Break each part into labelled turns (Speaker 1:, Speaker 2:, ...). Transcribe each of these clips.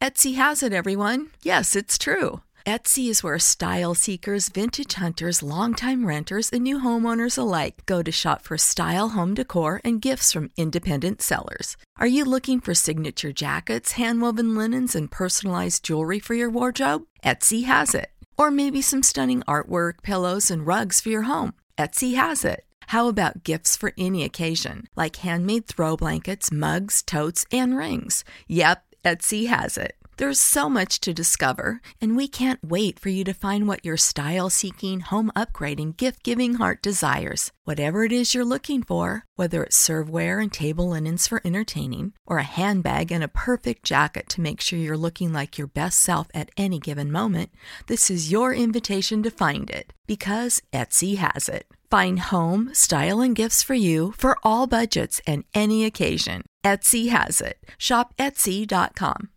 Speaker 1: Etsy has it, everyone. Yes, it's true. Etsy is where style seekers, vintage hunters, longtime renters, and new homeowners alike go to shop for style home decor and gifts from independent sellers. Are you looking for signature jackets, handwoven linens, and personalized jewelry for your wardrobe? Etsy has it. Or maybe some stunning artwork, pillows, and rugs for your home. Etsy has it. How about gifts for any occasion, like handmade throw blankets, mugs, totes, and rings? Yep, Etsy has it. There's so much to discover, and we can't wait for you to find what your style seeking, home upgrading, gift giving heart desires. Whatever it is you're looking for, whether it's serveware and table linens for entertaining, or a handbag and a perfect jacket to make sure you're looking like your best self at any given moment, this is your invitation to find it because Etsy has it. Find home, style, and gifts for you for all budgets and any occasion. Etsy has it. Shop Etsy.com.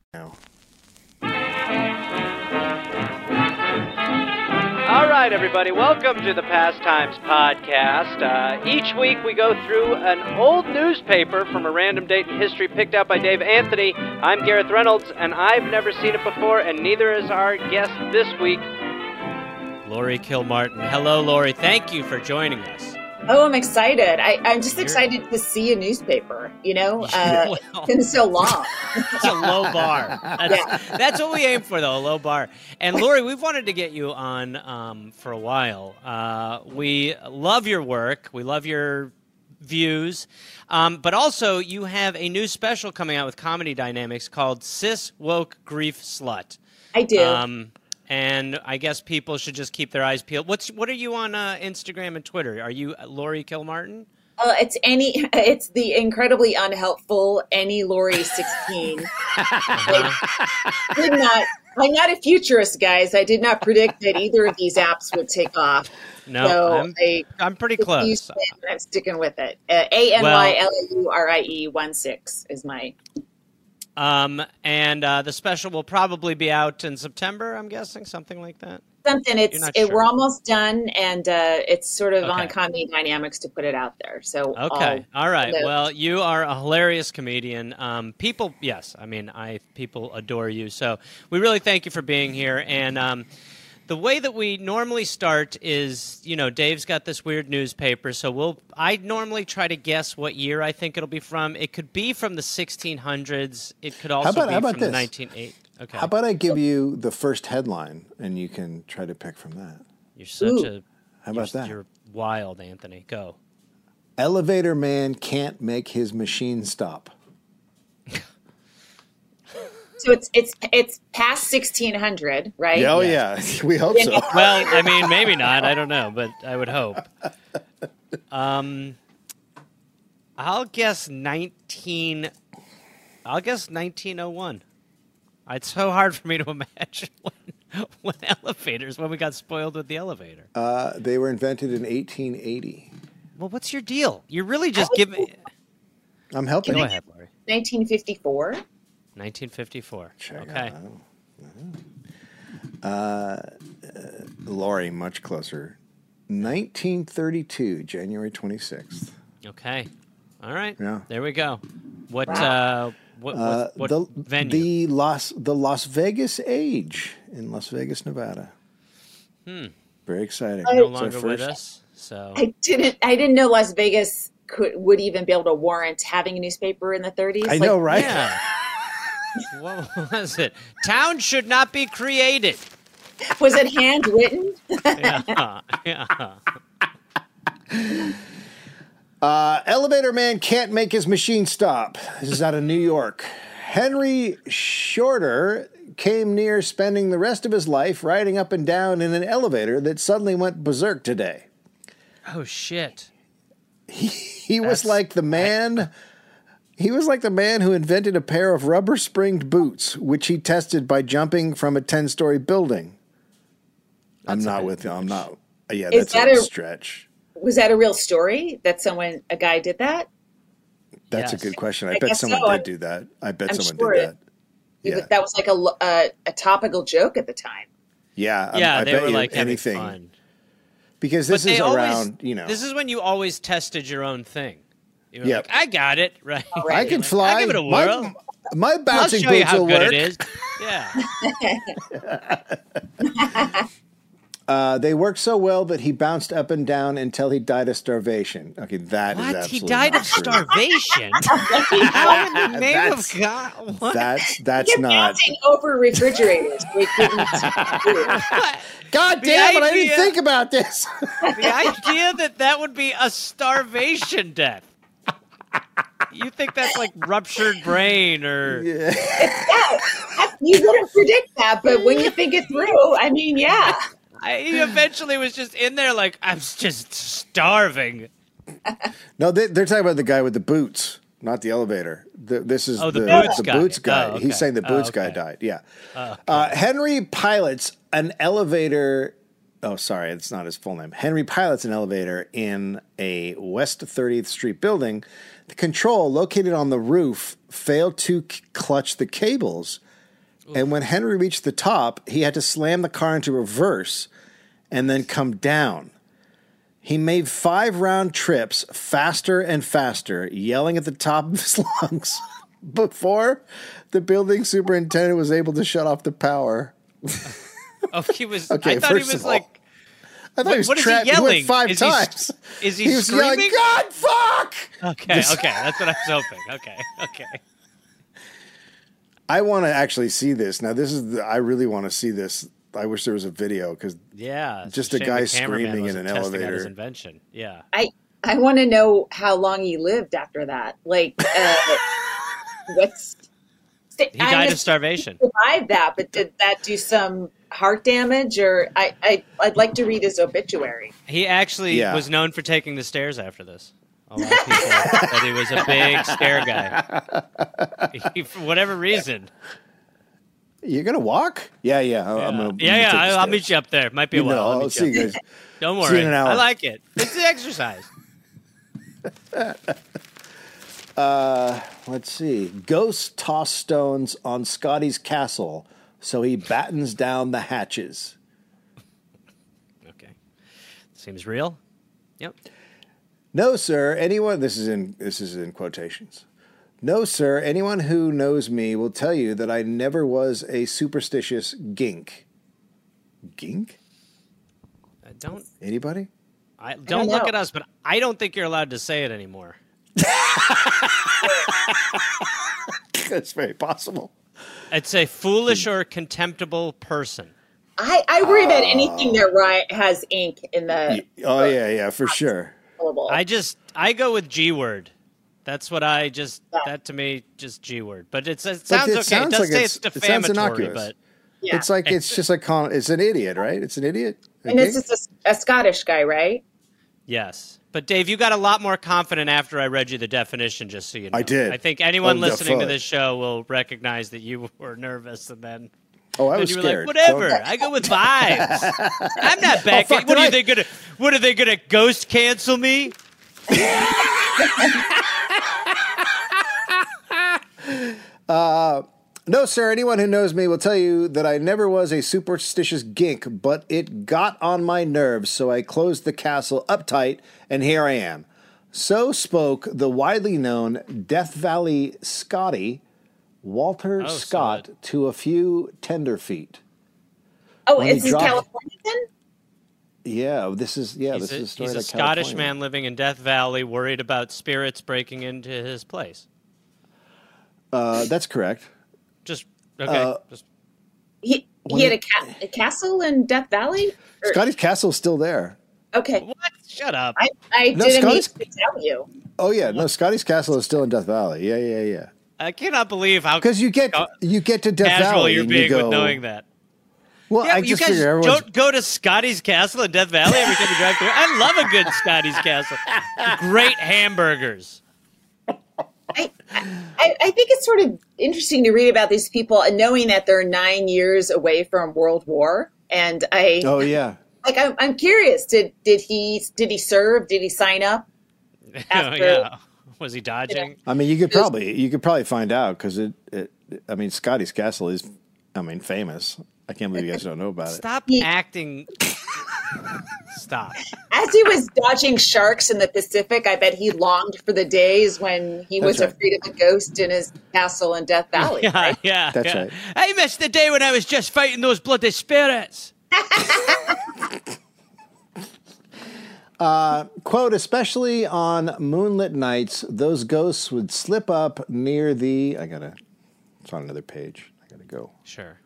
Speaker 2: All right, everybody, welcome to the Pastimes Podcast. Uh, each week we go through an old newspaper from a random date in history picked out by Dave Anthony. I'm Gareth Reynolds, and I've never seen it before, and neither is our guest this week, Lori Kilmartin. Hello, Lori. Thank you for joining us.
Speaker 3: Oh, I'm excited. I, I'm just
Speaker 2: You're-
Speaker 3: excited to see a newspaper, you know? Uh, it's been so long.
Speaker 2: It's a low bar. That's, that's what we aim for, though, a low bar. And Lori, we've wanted to get you on um, for a while. Uh, we love your work. We love your views, um, but also you have a new special coming out with Comedy Dynamics called "Cis Woke Grief Slut."
Speaker 3: I do.
Speaker 2: Um, and I guess people should just keep their eyes peeled. What's what are you on uh, Instagram and Twitter? Are you Lori Kilmartin?
Speaker 3: Uh, it's any. It's the incredibly unhelpful any Lori sixteen. Like,
Speaker 2: Uh-huh.
Speaker 3: did not. I'm not a futurist, guys. I did not predict that either of these apps would take off.
Speaker 2: No,
Speaker 3: so
Speaker 2: I'm,
Speaker 3: I,
Speaker 2: I'm pretty
Speaker 3: if you
Speaker 2: close.
Speaker 3: say it, I'm sticking with it. Uh, A n
Speaker 2: Well-
Speaker 3: y l u r i e one six is my.
Speaker 2: Um, and uh, the special will probably be out in September, I'm guessing, something like that.
Speaker 3: Something it's
Speaker 2: not
Speaker 3: it,
Speaker 2: sure.
Speaker 3: we're almost done, and uh, it's sort of on
Speaker 2: Okay.
Speaker 3: Comedy Dynamics to put it out there. So I'll-
Speaker 2: Okay. All right.
Speaker 3: Um, hello.
Speaker 2: Well, you are a hilarious comedian. Um, people, yes, I mean, I people adore you. So we really thank you for being here. And um, the way that we normally start is, you know, Dave's got this weird newspaper, so we'll. I normally try to guess what year I think it'll be from. It could be from the 1600s. It could also
Speaker 4: about-
Speaker 2: be
Speaker 4: how about
Speaker 2: from
Speaker 4: this?
Speaker 2: the 1980s. Okay.
Speaker 4: How about I give you the first headline and you can try to pick from that?
Speaker 2: you're such
Speaker 3: Ooh.
Speaker 2: a.
Speaker 4: How about
Speaker 2: you're,
Speaker 4: that?
Speaker 2: You're wild, Anthony. Go.
Speaker 4: Elevator man can't make his machine stop.
Speaker 3: So it's it's it's past sixteen hundred, right?
Speaker 4: Yeah, oh yeah, we hope so.
Speaker 2: Well, I mean, maybe not. I don't know, but I would hope. Um, I'll guess nineteen. I'll guess nineteen oh one. It's so hard for me to imagine when, when elevators when we got spoiled with the elevator.
Speaker 4: Uh, they were invented in 1880.
Speaker 2: well, what's your deal? You're really just giving.
Speaker 4: I'm
Speaker 2: Go
Speaker 4: helping.
Speaker 2: ahead, Lori.
Speaker 3: Nineteen fifty four.
Speaker 2: 1954.
Speaker 4: Check it
Speaker 2: okay.
Speaker 4: out. Uh, uh, Lori, much closer. 1932, January 26th.
Speaker 2: Okay. All right.
Speaker 4: Yeah.
Speaker 2: There we go. What? Uh, what? What,
Speaker 4: Uh,
Speaker 2: what
Speaker 4: the,
Speaker 2: venue?
Speaker 4: the Las the Las Vegas Age in Las Vegas, Nevada. Hmm. Very exciting.
Speaker 2: no
Speaker 4: It's our
Speaker 2: longer with
Speaker 4: first-
Speaker 2: us. So
Speaker 3: I didn't I didn't know Las Vegas could would even be able to warrant having a newspaper in the thirties.
Speaker 4: I know, right?
Speaker 2: Yeah. what was it? Town should not be created.
Speaker 3: Was it handwritten?
Speaker 2: Yeah. yeah.
Speaker 4: Uh, elevator man can't make his machine stop. This is out of New York. Henry Shorter came near spending the rest of his life riding up and down in an elevator that suddenly went berserk today.
Speaker 2: Oh shit.
Speaker 4: He was
Speaker 2: That's-
Speaker 4: like the man. He was like the man who invented a pair of rubber springed boots, which he tested by jumping from a ten story building. I'm not with you. I'm not. Yeah,
Speaker 3: Is
Speaker 4: that's
Speaker 3: that
Speaker 4: a,
Speaker 3: a-
Speaker 4: stretch.
Speaker 3: Was that a real story that someone a guy did that?
Speaker 4: That's
Speaker 2: Yes.
Speaker 4: a good question. I,
Speaker 3: I
Speaker 4: bet
Speaker 3: guess
Speaker 4: someone
Speaker 3: so.
Speaker 4: did do that. I bet
Speaker 3: I'm
Speaker 4: someone
Speaker 3: sure
Speaker 4: did
Speaker 3: it-
Speaker 4: that. Yeah.
Speaker 3: That was like a, lo- a a topical joke at the time.
Speaker 4: Yeah, I'm-
Speaker 2: Yeah,
Speaker 4: Um, I
Speaker 2: they
Speaker 4: bet
Speaker 2: were
Speaker 4: you
Speaker 2: like having
Speaker 4: anything
Speaker 2: fun.
Speaker 4: because
Speaker 2: But
Speaker 4: this
Speaker 2: they
Speaker 4: is
Speaker 2: always,
Speaker 4: around. You know,
Speaker 2: This is when you always tested your own thing. You were
Speaker 4: Yep.
Speaker 2: like, I got it right.
Speaker 4: I can fly.
Speaker 2: I give it a
Speaker 4: My-
Speaker 2: whirl.
Speaker 4: My
Speaker 5: I'll
Speaker 4: bouncing
Speaker 5: show you
Speaker 4: boots
Speaker 5: how
Speaker 4: will
Speaker 5: good it
Speaker 4: work.
Speaker 5: is. Yeah.
Speaker 4: Uh, they worked so well that he bounced up and down until he died of starvation. Okay, that is
Speaker 2: What? He
Speaker 4: absolutely
Speaker 2: died
Speaker 4: not
Speaker 2: of
Speaker 4: true.
Speaker 2: starvation. How in the name of
Speaker 4: That's-
Speaker 2: God? What?
Speaker 4: That's that's
Speaker 3: You're
Speaker 4: not.
Speaker 3: bouncing over refrigerators. They couldn't do.
Speaker 4: God
Speaker 2: The
Speaker 4: damn it! I didn't
Speaker 2: idea-
Speaker 4: think about this.
Speaker 2: the idea that that would be a starvation death. You think that's like ruptured brain or
Speaker 3: You couldn't predict that, but when you think it through, I mean, yeah.
Speaker 2: I, he eventually was just in there like I'm just starving.
Speaker 4: No, they, they're talking about the guy with the boots, not the elevator. The, this is
Speaker 2: Oh, the
Speaker 4: the,
Speaker 2: boots
Speaker 4: the
Speaker 2: guy.
Speaker 4: boots guy.
Speaker 2: Oh, okay.
Speaker 4: He's saying the
Speaker 2: Oh,
Speaker 4: boots guy
Speaker 2: okay. Oh,
Speaker 4: died. Yeah. Uh, Henry pilots an elevator. Oh, sorry, it's not his full name. Henry pilots an elevator in a West 30th Street building. The control located on the roof failed to c- clutch the cables. And when Henry reached the top, he had to slam the car into reverse and then come down. He made five round trips faster and faster, yelling at the top of his lungs before the building superintendent was able to shut off the power.
Speaker 2: Oh, he was.
Speaker 4: Okay,
Speaker 2: I thought he
Speaker 4: first of
Speaker 2: was
Speaker 4: all,
Speaker 2: like.
Speaker 4: I thought he was
Speaker 2: what is he
Speaker 4: trapped. He,
Speaker 2: yelling?
Speaker 4: went five
Speaker 2: Is he s-
Speaker 4: times.
Speaker 2: is he
Speaker 4: was yelling,
Speaker 2: screaming?
Speaker 4: God, fuck!
Speaker 2: Okay, okay, that's what I was hoping. Okay, okay.
Speaker 4: I want to actually see this. Now, this is, the, I really want to see this. I wish there was a video because
Speaker 2: Yeah, it's
Speaker 4: Just a
Speaker 2: shame
Speaker 4: guy
Speaker 2: the cameraman
Speaker 4: screaming in
Speaker 2: wasn't
Speaker 4: an
Speaker 2: testing out His
Speaker 4: elevator.
Speaker 2: invention. Yeah.
Speaker 3: I I want to know how long he lived after that. Like, uh, what's
Speaker 2: He died of starvation.
Speaker 3: survived that? But did that do some heart damage? Or I, I I'd like to read his obituary.
Speaker 2: He actually
Speaker 4: Yeah.
Speaker 2: was known for taking the stairs after this. A lot of people said he was a big stair guy. He, for whatever reason.
Speaker 4: you're going to walk? Yeah, yeah. I-
Speaker 2: Yeah,
Speaker 4: I'm gonna,
Speaker 2: yeah,
Speaker 4: I'm gonna take
Speaker 2: I,
Speaker 4: the
Speaker 2: I'll
Speaker 4: stairs.
Speaker 2: meet you up there. Might be a
Speaker 4: You
Speaker 2: while.
Speaker 4: know,
Speaker 2: I'll
Speaker 4: I'll
Speaker 2: meet
Speaker 4: see
Speaker 2: you
Speaker 4: you
Speaker 2: up.
Speaker 4: guys.
Speaker 2: Don't
Speaker 4: see you
Speaker 2: worry.
Speaker 4: in an hour.
Speaker 2: I like it. It's the exercise.
Speaker 4: Let's see. Ghosts toss stones on Scotty's castle, so he battens down the hatches.
Speaker 2: Okay. Seems real. Yep.
Speaker 4: No, sir, anyone this is in this is in quotations. No, sir, anyone who knows me will tell you that I never was a superstitious gink. Gink?
Speaker 2: Uh, don't
Speaker 4: Anybody?
Speaker 2: I don't look
Speaker 3: know.
Speaker 2: at us, but I don't think you're allowed to say it anymore.
Speaker 4: That's very possible.
Speaker 2: It's a foolish or contemptible person.
Speaker 3: I I worry about anything
Speaker 4: Ah.
Speaker 3: that ri- has ink in the
Speaker 4: Oh yeah, yeah, for sure.
Speaker 3: syllable.
Speaker 2: I just I go with G word. That's what I just that to me just G word. But it's, it sounds
Speaker 4: it
Speaker 2: okay.
Speaker 4: sounds
Speaker 2: it does
Speaker 4: like
Speaker 2: say
Speaker 4: it's-
Speaker 2: it's,
Speaker 4: it sounds
Speaker 2: defamatory,
Speaker 4: innocuous.
Speaker 2: but
Speaker 3: yeah.
Speaker 4: It's like it's just like con- it's an idiot, right? It's an idiot. A
Speaker 3: and this
Speaker 4: gink?
Speaker 3: is a, a Scottish guy, right?
Speaker 2: yes. But Dave, you got a lot more confident after I read you the definition. Just so you know,
Speaker 4: I did.
Speaker 2: I think anyone
Speaker 4: Oh,
Speaker 2: listening to
Speaker 4: definitely.
Speaker 2: this show will recognize that you were nervous, and then
Speaker 4: oh, I
Speaker 2: and
Speaker 4: was
Speaker 2: you were
Speaker 4: scared. Oh,
Speaker 2: like, whatever. I go with vibes. I'm not back. what
Speaker 4: fuck, did
Speaker 2: are
Speaker 4: I-
Speaker 2: they gonna? What are they gonna ghost cancel me?
Speaker 4: No, sir, anyone who knows me will tell you that I never was a superstitious gink, but it got on my nerves, so I closed the castle uptight, and here I am. So spoke the widely known Death Valley Scotty, Walter
Speaker 2: Oh, so
Speaker 4: Scott,
Speaker 2: that-
Speaker 4: to a few tenderfeet.
Speaker 3: Oh,
Speaker 4: When he
Speaker 3: is this
Speaker 4: dropped-
Speaker 3: California then?
Speaker 4: Yeah, this is yeah,
Speaker 2: He's
Speaker 4: this is
Speaker 2: a,
Speaker 4: a story
Speaker 2: he's a
Speaker 4: like
Speaker 2: Scottish
Speaker 4: California.
Speaker 2: man living in Death Valley, worried about spirits breaking into his place.
Speaker 4: Uh, that's correct.
Speaker 2: Just okay.
Speaker 4: Uh,
Speaker 2: just,
Speaker 3: He, he had a, ca- a castle in Death Valley. Or-
Speaker 4: Scotty's castle's still there.
Speaker 3: Okay,
Speaker 2: what? Shut up.
Speaker 3: I, I
Speaker 4: No,
Speaker 3: didn't mean
Speaker 4: Scottish-
Speaker 3: to tell you.
Speaker 4: Oh yeah, no, Scotty's castle is still in Death Valley. Yeah, yeah, yeah.
Speaker 2: I cannot believe how
Speaker 4: Because you get
Speaker 2: Sco-
Speaker 4: you get to Death
Speaker 2: casual
Speaker 4: Valley
Speaker 2: you're
Speaker 4: and
Speaker 2: being
Speaker 4: you go,
Speaker 2: with knowing that.
Speaker 4: Well,
Speaker 2: Yeah,
Speaker 4: I
Speaker 2: you
Speaker 4: just
Speaker 2: guys
Speaker 4: figure everyone's
Speaker 2: don't go to Scotty's Castle in Death Valley every time you drive through. I love a good Scotty's Castle. Great hamburgers.
Speaker 4: Oh.
Speaker 3: I, I, I think it's sort of interesting to read about these people and knowing that they're nine years away from World War. And I
Speaker 4: Oh yeah.
Speaker 3: like I'm, I'm curious did did he did he serve? Did he sign up?
Speaker 2: oh,
Speaker 3: After-
Speaker 2: yeah. Was he dodging?
Speaker 4: I mean, you could probably you could probably find out because it, it. I mean, Scotty's Castle is, I mean, famous. I can't believe you guys don't know about it.
Speaker 2: Stop acting. stop.
Speaker 3: As he was dodging sharks in the Pacific, I bet he longed for the days when he
Speaker 4: That's
Speaker 3: was
Speaker 4: right.
Speaker 3: afraid of a ghost in his castle in Death Valley.
Speaker 2: Yeah, yeah.
Speaker 4: That's
Speaker 2: yeah.
Speaker 4: right.
Speaker 2: I missed the day when I was just fighting those bloody spirits.
Speaker 4: Quote, especially on moonlit nights, those ghosts would slip up near the. I gotta. It's on another page. I gotta go.
Speaker 2: Sure.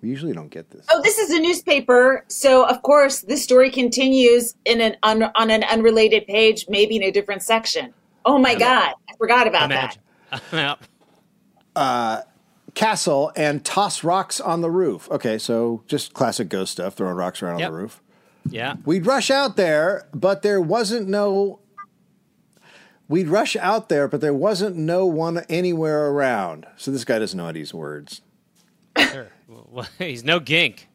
Speaker 4: We usually don't get this.
Speaker 3: Oh, this is a newspaper. So, of course, this story continues in an un- on an unrelated page, maybe in a different section. Oh my God, I forgot about
Speaker 2: Imagine. yeah.
Speaker 4: Castle and toss rocks on the roof. Okay, so just classic ghost stuff, throwing rocks around
Speaker 2: Yep.
Speaker 4: on the roof.
Speaker 2: Yeah.
Speaker 4: We'd rush out there, but there wasn't no. We'd rush out there, but there wasn't no one anywhere around. So this guy doesn't know how to use words.
Speaker 2: Sure. Well, he's no gink.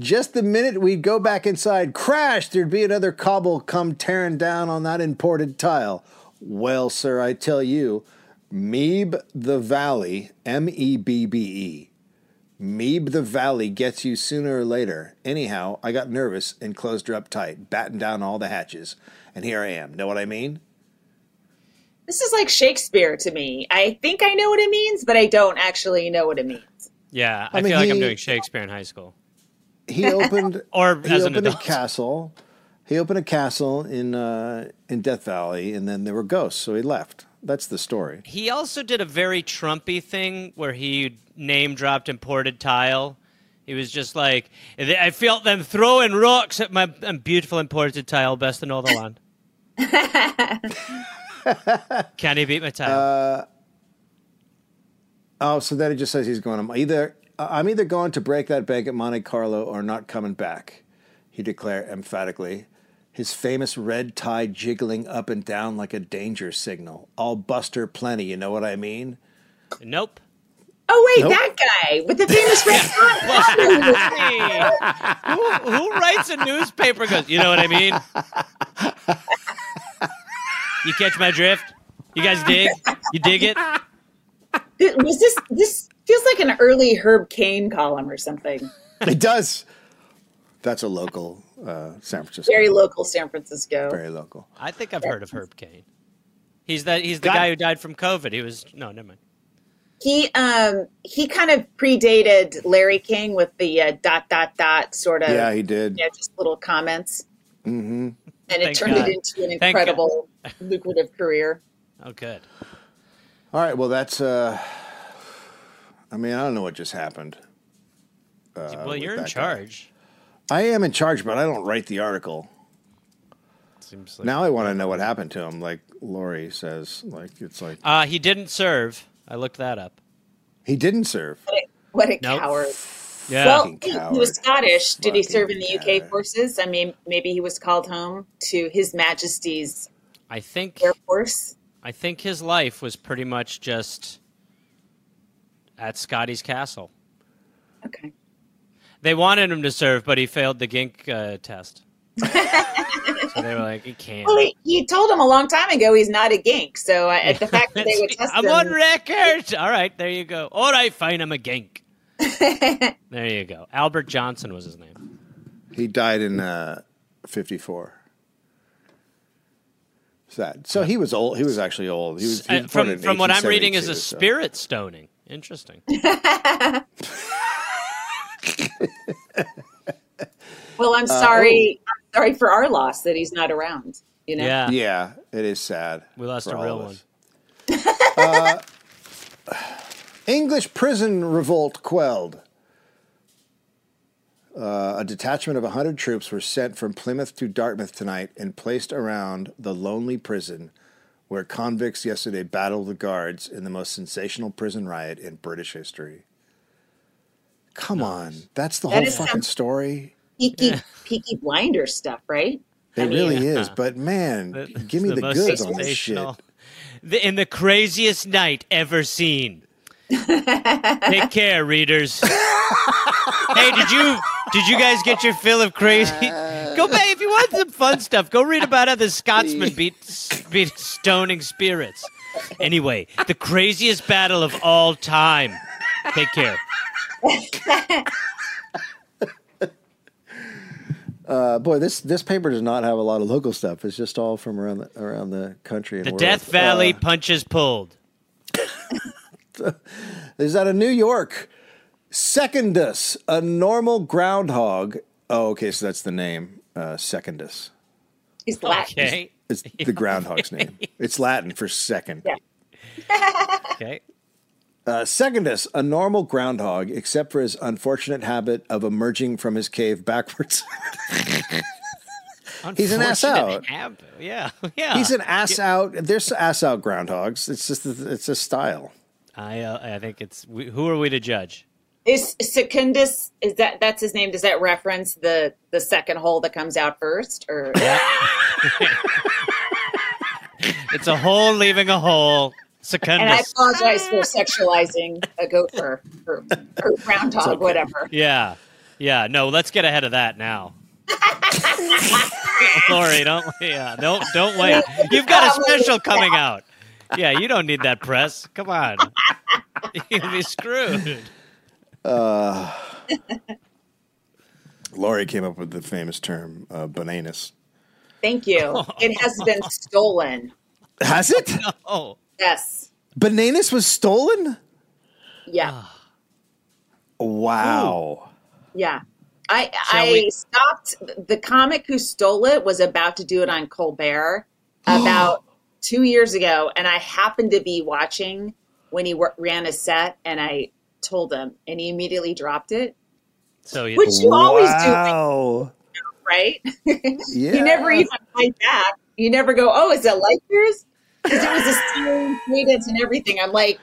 Speaker 4: Just the minute we'd go back inside, crash, there'd be another cobble come tearing down on that imported tile. Well, sir, I tell you, Meeb the Valley, M E B B E. Meeb the Valley gets you sooner or later. Anyhow, I got nervous and closed her up tight, battened down all the hatches. And here I am. Know what I mean?
Speaker 3: that. This is like Shakespeare to me. I think I know what it means, but I don't actually know what it means.
Speaker 2: Yeah, I,
Speaker 4: mean,
Speaker 2: feel like I'm
Speaker 4: he-
Speaker 2: doing Shakespeare in high school.
Speaker 4: He opened
Speaker 2: Or
Speaker 4: he
Speaker 2: as an
Speaker 4: opened a
Speaker 2: adult.
Speaker 4: castle. He opened a castle in uh, in Death Valley, and then there were ghosts, so he left. That's the story.
Speaker 2: He also did a very Trumpy thing where he name dropped imported tile. He was just like, I felt them throwing rocks at my um, beautiful imported tile, best in all the land. Can he beat my
Speaker 4: Uh,
Speaker 2: tile?
Speaker 4: Oh, so then it just says he's going. I'm either uh, I'm either going to break that bank at Monte Carlo or not coming back. He declared emphatically, his famous red tie jiggling up and down like a danger signal. I'll bust her plenty. You know what I mean?
Speaker 2: nope.
Speaker 3: Oh wait,
Speaker 4: Nope.
Speaker 3: that guy with the famous red tie.
Speaker 2: Hey, who, who writes a newspaper? Goes, you know what I mean? you catch my drift? You guys dig? You dig it?
Speaker 3: Th- Was this this feels like an early Herb Kane column or something?
Speaker 4: It does. That's a local uh, San Francisco.
Speaker 3: Very local San Francisco.
Speaker 4: Very local.
Speaker 2: I think I've heard of Herb Kane. He's that he's the guy who died from COVID. He was no, never mind.
Speaker 3: he um he kind of predated Larry King with the uh, dot dot dot sort of
Speaker 4: Yeah, he did.
Speaker 3: you know, just little comments. Mm-hmm. And it
Speaker 2: Thank
Speaker 3: turned
Speaker 2: God.
Speaker 3: it into an
Speaker 2: God.
Speaker 3: incredible, lucrative career.
Speaker 2: Oh, good.
Speaker 4: All right. Well, that's. Uh, I mean, I don't know what just happened. uh,
Speaker 2: well, you're in
Speaker 4: that guy.
Speaker 2: charge.
Speaker 4: I am in charge, but I don't write the article.
Speaker 2: Seems like
Speaker 4: Now I want to know what happened to him. Like Lori says, like it's like
Speaker 2: uh, he didn't serve. I looked that up.
Speaker 4: he didn't serve.
Speaker 3: What a, what a
Speaker 2: Nope.
Speaker 3: coward.
Speaker 2: Yeah.
Speaker 3: Well,
Speaker 4: Fucking
Speaker 3: he, he
Speaker 4: coward.
Speaker 3: was Scottish. Did he
Speaker 4: Fucking
Speaker 3: serve in the
Speaker 4: coward.
Speaker 3: UK forces? I mean, maybe he was called home to His Majesty's
Speaker 2: I think
Speaker 3: Air Force.
Speaker 2: I think his life was pretty much just at Scotty's castle.
Speaker 3: Okay.
Speaker 2: They wanted him to serve, but he failed the gink uh, test. so they were like, he can't.
Speaker 3: Well, he, he told him a long time ago he's not a gink. So I, the fact that they would test
Speaker 2: I'm
Speaker 3: him,
Speaker 2: on record. All right, there you go. All right, fine, I'm a gink. there you go. Albert Johnson was his name.
Speaker 4: He died in uh, fifty four. Sad. So he was old. He was actually old. He was, he
Speaker 2: Uh,
Speaker 4: was born
Speaker 2: from
Speaker 4: in
Speaker 2: from what I'm reading, is a
Speaker 4: 1872, so-
Speaker 2: spirit stoning. Interesting.
Speaker 3: Well,
Speaker 4: Uh,
Speaker 3: I'm sorry.
Speaker 4: oh.
Speaker 3: I'm sorry for our loss that he's not around. You know.
Speaker 2: Yeah.
Speaker 4: Yeah, it is sad.
Speaker 2: We lost
Speaker 4: for
Speaker 2: a
Speaker 4: all
Speaker 2: real
Speaker 4: of
Speaker 2: one.
Speaker 4: us. English prison revolt quelled. Uh, a detachment of 100 troops were sent from Plymouth to Dartmouth tonight and placed around the lonely prison where convicts yesterday battled the guards in the most sensational prison riot in British history. Come on. That's the
Speaker 3: That
Speaker 4: whole
Speaker 3: is some-
Speaker 4: fucking story.
Speaker 3: Peaky Peaky Blinder stuff, right?
Speaker 4: It
Speaker 3: I mean,
Speaker 4: really is. But man, give me
Speaker 2: It's
Speaker 4: the,
Speaker 2: most
Speaker 4: goods on this shit.
Speaker 2: sensational- The, in the craziest night ever seen. Take care, readers. hey, did you did you guys get your fill of crazy? go back if you want some fun stuff. Go read about how the Scotsman beat beat stoning spirits. Anyway, the craziest battle of all time. Take care.
Speaker 4: Uh, boy, this this paper does not have a lot of local stuff. It's just all from around the, around the country. And
Speaker 2: The
Speaker 4: world.
Speaker 2: Death Valley punches pulled.
Speaker 4: Uh, is out of New York. Secondus, a normal groundhog. Oh, okay, so that's the name. Uh, secondus.
Speaker 3: He's Latin.
Speaker 2: Okay.
Speaker 4: It's the groundhog's name. It's Latin for second.
Speaker 3: Yeah.
Speaker 2: Okay.
Speaker 4: Uh, secondus, a normal groundhog, except for his unfortunate habit of emerging from his cave backwards.
Speaker 3: Ah,
Speaker 4: He's an ass
Speaker 2: Unfortunate
Speaker 4: out.
Speaker 2: ab- Yeah. Yeah.
Speaker 4: He's an ass out. There's ass out groundhogs. It's just it's a style.
Speaker 2: I uh, I think it's we, who are we to judge?
Speaker 3: Is Secundus is that that's his name? Does that reference the the second hole that comes out first, or
Speaker 2: It's a hole leaving a hole.
Speaker 3: And I
Speaker 2: Secundus.
Speaker 3: apologize for sexualizing a gopher or, or groundhog, whatever.
Speaker 2: Yeah. Yeah. No, let's get ahead of that now. Lori, don't yeah, don't don't wait. You've got a special coming out. Yeah, you don't need that press. Come on. You'll be screwed.
Speaker 4: Laurie came up with the famous term uh, "bananas."
Speaker 3: Thank you. It has been stolen.
Speaker 4: Has it?
Speaker 2: Oh.
Speaker 3: Yes.
Speaker 4: Bananas was stolen?
Speaker 3: Yeah.
Speaker 2: Ah.
Speaker 3: Oh.
Speaker 4: Wow.
Speaker 3: Yeah. I
Speaker 2: Shall
Speaker 3: I
Speaker 2: we-
Speaker 3: stopped. The comic who stole it was about to do it on Colbert about two years ago, and I happened to be watching when he wa- ran a set, and I told him, and he immediately dropped it,
Speaker 2: So you,
Speaker 3: which you always do,
Speaker 4: wow.
Speaker 3: right?
Speaker 4: Yeah.
Speaker 3: You never even fight back. You never go, oh, is it like yours? Because it was a stealing cadence and everything. I'm like,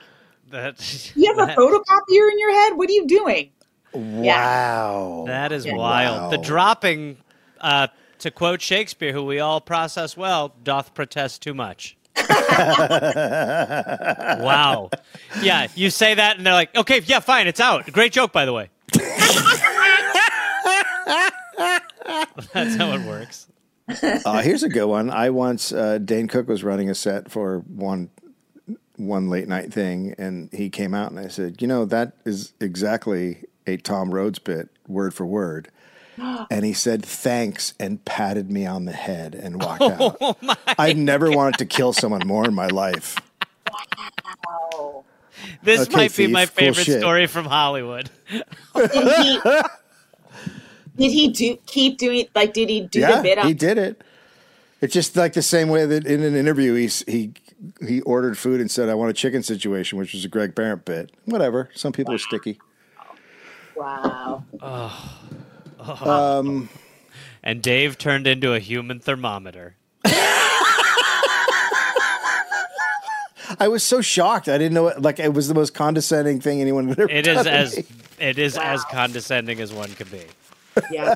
Speaker 2: that,
Speaker 3: you have a
Speaker 2: that-
Speaker 3: photocopier in your head? What are you doing?
Speaker 4: Wow.
Speaker 2: That is
Speaker 3: Yeah.
Speaker 2: wild. The
Speaker 4: Wow.
Speaker 2: dropping, uh, to quote Shakespeare, who we all process well, doth protest too much. wow. Yeah, you say that and they're like, okay, yeah, fine, it's out. Great joke, by the way. That's how it works.
Speaker 4: Uh, here's a good one. I once uh, Dane Cook was running a set for one one late night thing, and he came out and I said, "You know, that is exactly a Tom Rhodes bit, word for word." And he said thanks and patted me on the head and walked out. I never wanted to kill someone more in my life.
Speaker 3: Oh.
Speaker 2: This
Speaker 4: Okay,
Speaker 2: might be
Speaker 4: thief,
Speaker 2: my
Speaker 4: cool
Speaker 2: favorite
Speaker 4: shit.
Speaker 2: story from Hollywood.
Speaker 3: Did he, did he do keep doing, like, did he do the bit on?
Speaker 4: he did it. It's just like the same way that in an interview he s- he he ordered food and said, "I want a chicken situation," which was a Greg Barrett bit. Whatever. Some people are sticky.
Speaker 3: Wow.
Speaker 2: And Dave turned into a human thermometer.
Speaker 4: I was so shocked. I didn't know. It, like it was the most condescending thing anyone had ever.
Speaker 2: It is
Speaker 4: done to
Speaker 2: as
Speaker 4: me.
Speaker 2: it is as condescending as one could be.
Speaker 3: Yeah.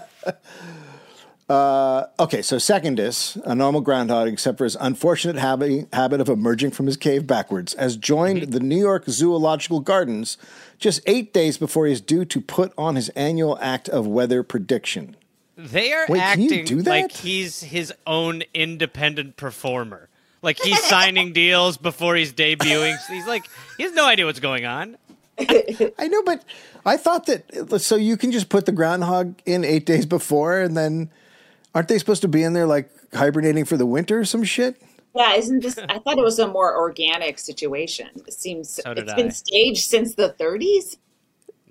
Speaker 4: okay. So secondus, a normal groundhog, except for his unfortunate habit habit of emerging from his cave backwards, has joined
Speaker 2: Mm-hmm.
Speaker 4: the New York Zoological Gardens just eight days before he is due to put on his annual act of weather prediction.
Speaker 2: They are
Speaker 4: Wait, can
Speaker 2: acting
Speaker 4: you do that?
Speaker 2: like he's his own independent performer. Like he's signing deals before he's debuting. He's like he has no idea what's going on.
Speaker 4: I know, but I thought that so you can just put the groundhog in eight days before, and then aren't they supposed to be in there like hibernating for the winter or some shit?
Speaker 3: Yeah, isn't this? I thought it was a more organic situation. It seems
Speaker 2: So did
Speaker 3: it's
Speaker 2: I.
Speaker 3: been staged since the 30s.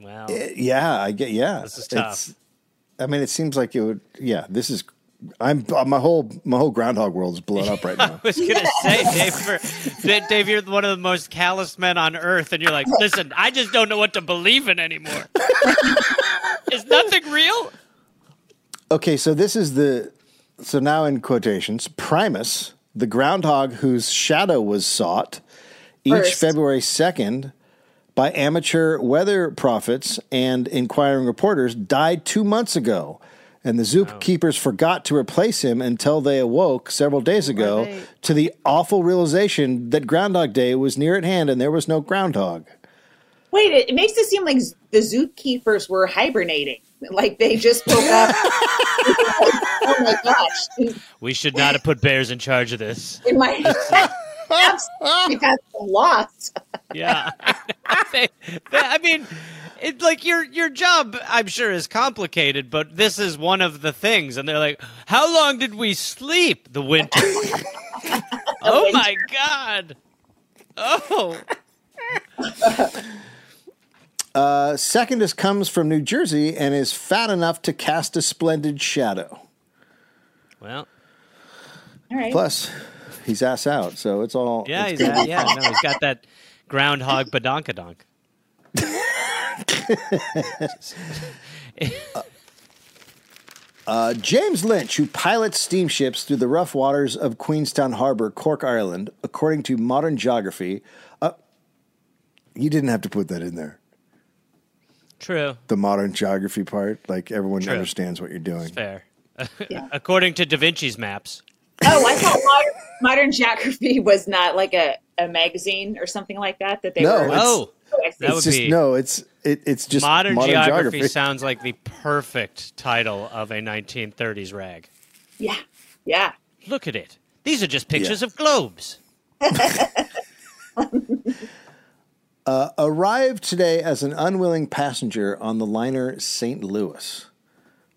Speaker 2: Wow.
Speaker 4: Uh, Yeah, I get. Yeah,
Speaker 2: This is tough.
Speaker 4: It's- I mean, it seems like you would. Yeah, this is. I'm my whole my whole groundhog world is blown up right now.
Speaker 2: I was gonna say, Dave, for, Da- Dave, you're one of the most callous men on earth, and you're like, listen, I just don't know what to believe in anymore. is nothing real?
Speaker 4: Okay, so this is the so now in quotations, Primus, the groundhog whose shadow was sought each
Speaker 3: First.
Speaker 4: February 2nd by amateur weather prophets and inquiring reporters died 2 months ago. And the zookeepers forgot to replace him until they awoke several days ago to the awful realization that Groundhog Day was near at hand and there was no groundhog.
Speaker 3: Wait, it, it makes it seem like z- the zookeepers were hibernating. Like they just woke up. oh my gosh. In,
Speaker 2: We should not have put bears in charge of this.
Speaker 3: in my absolutely got lost.
Speaker 2: Yeah. They- they- I mean, It's like your your job, I'm sure, is complicated, but this is one of the things. And they're like, "How long did we sleep the winter?" oh my god! Oh,
Speaker 4: Uh, Secondus comes from New Jersey and is fat enough to cast a splendid shadow.
Speaker 2: well,
Speaker 3: All right.
Speaker 4: Plus, he's ass out, so it's all.
Speaker 2: yeah,
Speaker 4: it's
Speaker 2: he's got, yeah, no, he's got that groundhog badonkadonk.
Speaker 4: Uh, James Lynch, who pilots steamships through the rough waters of Queenstown Harbor, Cork, Ireland, according to modern geography. Uh, you didn't have to put that in there.
Speaker 2: True,
Speaker 4: The modern geography part, like everyone
Speaker 2: True.
Speaker 4: understands what you're doing.
Speaker 2: fair. According to Da Vinci's maps,
Speaker 3: Oh, I thought modern, modern geography was not like a, a magazine or something like that that they
Speaker 4: No,
Speaker 3: were.
Speaker 4: it's-
Speaker 2: oh,
Speaker 3: Oh, I see.
Speaker 2: that
Speaker 4: It's
Speaker 2: would
Speaker 4: just
Speaker 2: be-
Speaker 4: no. It's it, it's just
Speaker 2: modern,
Speaker 4: modern,
Speaker 2: geography,
Speaker 4: geography.
Speaker 2: sounds like the perfect title of a 1930s rag.
Speaker 3: yeah, yeah.
Speaker 2: Look at it. These are just pictures of globes.
Speaker 4: arrived today as an unwilling passenger on the liner St. Louis.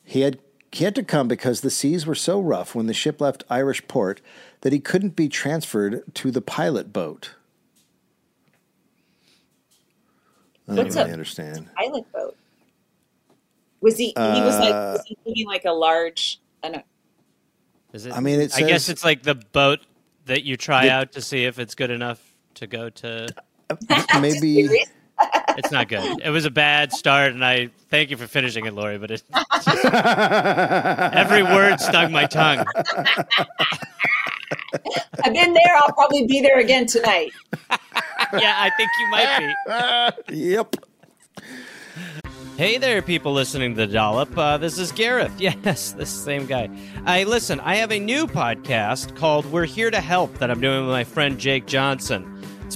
Speaker 4: He had he had to come because the seas were so rough when the ship left Irish port that he couldn't be transferred to the pilot boat. I don't
Speaker 3: What's
Speaker 4: really
Speaker 3: a-
Speaker 4: understand.
Speaker 3: Pilot boat. Was he? he was like
Speaker 4: Uh,
Speaker 3: was he thinking like a large. I don't,
Speaker 2: Is it,
Speaker 4: I mean, it
Speaker 2: I guess
Speaker 4: says-
Speaker 2: it's like the boat that you try out to see if it's good enough to go to.
Speaker 4: Maybe
Speaker 2: It's not good. It was a bad start, and I thank you for finishing it, Lori. But it, every word stung my tongue.
Speaker 3: I've been there. I'll probably be there again tonight.
Speaker 2: Yeah, I think you might be.
Speaker 4: yep.
Speaker 2: Hey there, people listening to the Dollop. Uh, this is Gareth. Yes, this same guy. I listen. I have a new podcast called "We're Here to Help" that I'm doing with my friend Jake Johnson. It's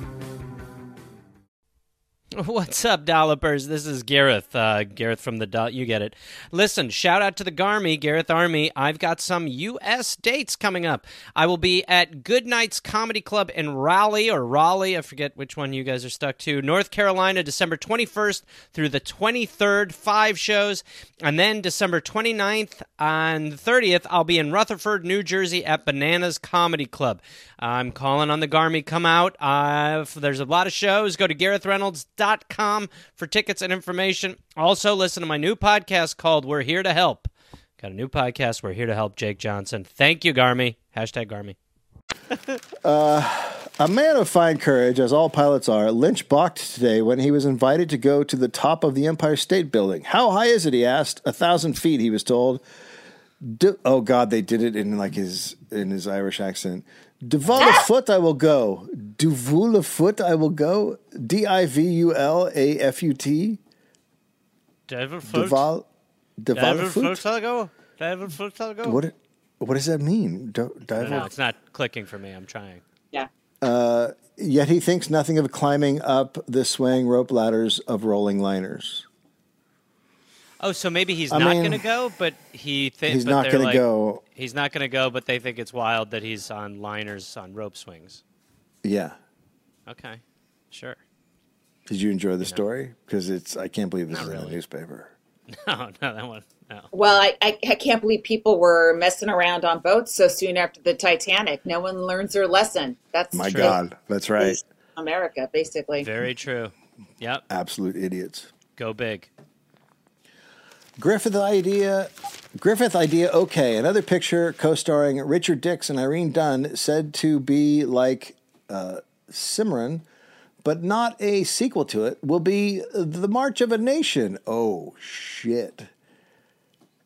Speaker 2: What's up, dollopers? This is Gareth. Uh, Gareth from the dot. You get it. Listen, shout out to the Garmy, Gareth Army. I've got some U.S. dates coming up. I will be at Goodnight's Comedy Club in Raleigh or Raleigh. I forget which one you guys are stuck to. North Carolina, December 21st through the 23rd, five shows. And then December 29th and 30th, I'll be in Rutherford, New Jersey at Bananas Comedy Club. I'm calling on the Garmy. Come out. Uh, if there's a lot of shows. Go to GarethReynolds.com for tickets and information. Also, listen to my new podcast called We're Here to Help. Got a new podcast. We're here to help Jake Johnson. Thank you, Garmy. Hashtag Garmy.
Speaker 4: A man of fine courage, as all pilots are, Lynch balked today when he was invited to go to the top of the Empire State Building. How high is it? He asked. A thousand feet, he was told. D- oh God, they did it in like his in his Irish accent. Duval a foot, I will go. Duval a foot, I will go. D I V U L A F U T.
Speaker 2: David Foot.
Speaker 4: Duval. Duval a foot.
Speaker 2: David Foot.
Speaker 4: What? it- What does that mean? Du- Duval-
Speaker 2: No, it's not clicking for me. I'm trying.
Speaker 3: Yeah.
Speaker 4: Yet he thinks nothing of climbing up the swaying rope ladders of rolling liners.
Speaker 2: Oh, so maybe he's
Speaker 4: I
Speaker 2: not
Speaker 4: mean,
Speaker 2: going to go, but he thinks
Speaker 4: he's not
Speaker 2: going
Speaker 4: gonna
Speaker 2: to
Speaker 4: go.
Speaker 2: He's not going to go, but they think it's wild that he's on liners on rope swings.
Speaker 4: Yeah.
Speaker 2: Okay, sure.
Speaker 4: Did you enjoy the story? Because it's I can't believe this is in the
Speaker 2: really.
Speaker 4: newspaper.
Speaker 2: No, Oh, no, that one. No.
Speaker 3: Well, I, I, I can't believe people were messing around on boats so soon after the Titanic. No one learns their lesson. That's
Speaker 4: My
Speaker 3: true.
Speaker 4: God, that's right.
Speaker 3: America, basically.
Speaker 2: Very true. Yep.
Speaker 4: Absolute idiots.
Speaker 2: Go big.
Speaker 4: Griffith idea. Griffith idea. Okay, another picture co-starring Richard Dix and Irene Dunn, said to be like uh, Cimarron, but not a sequel to it. Will be the March of a Nation. Oh shit!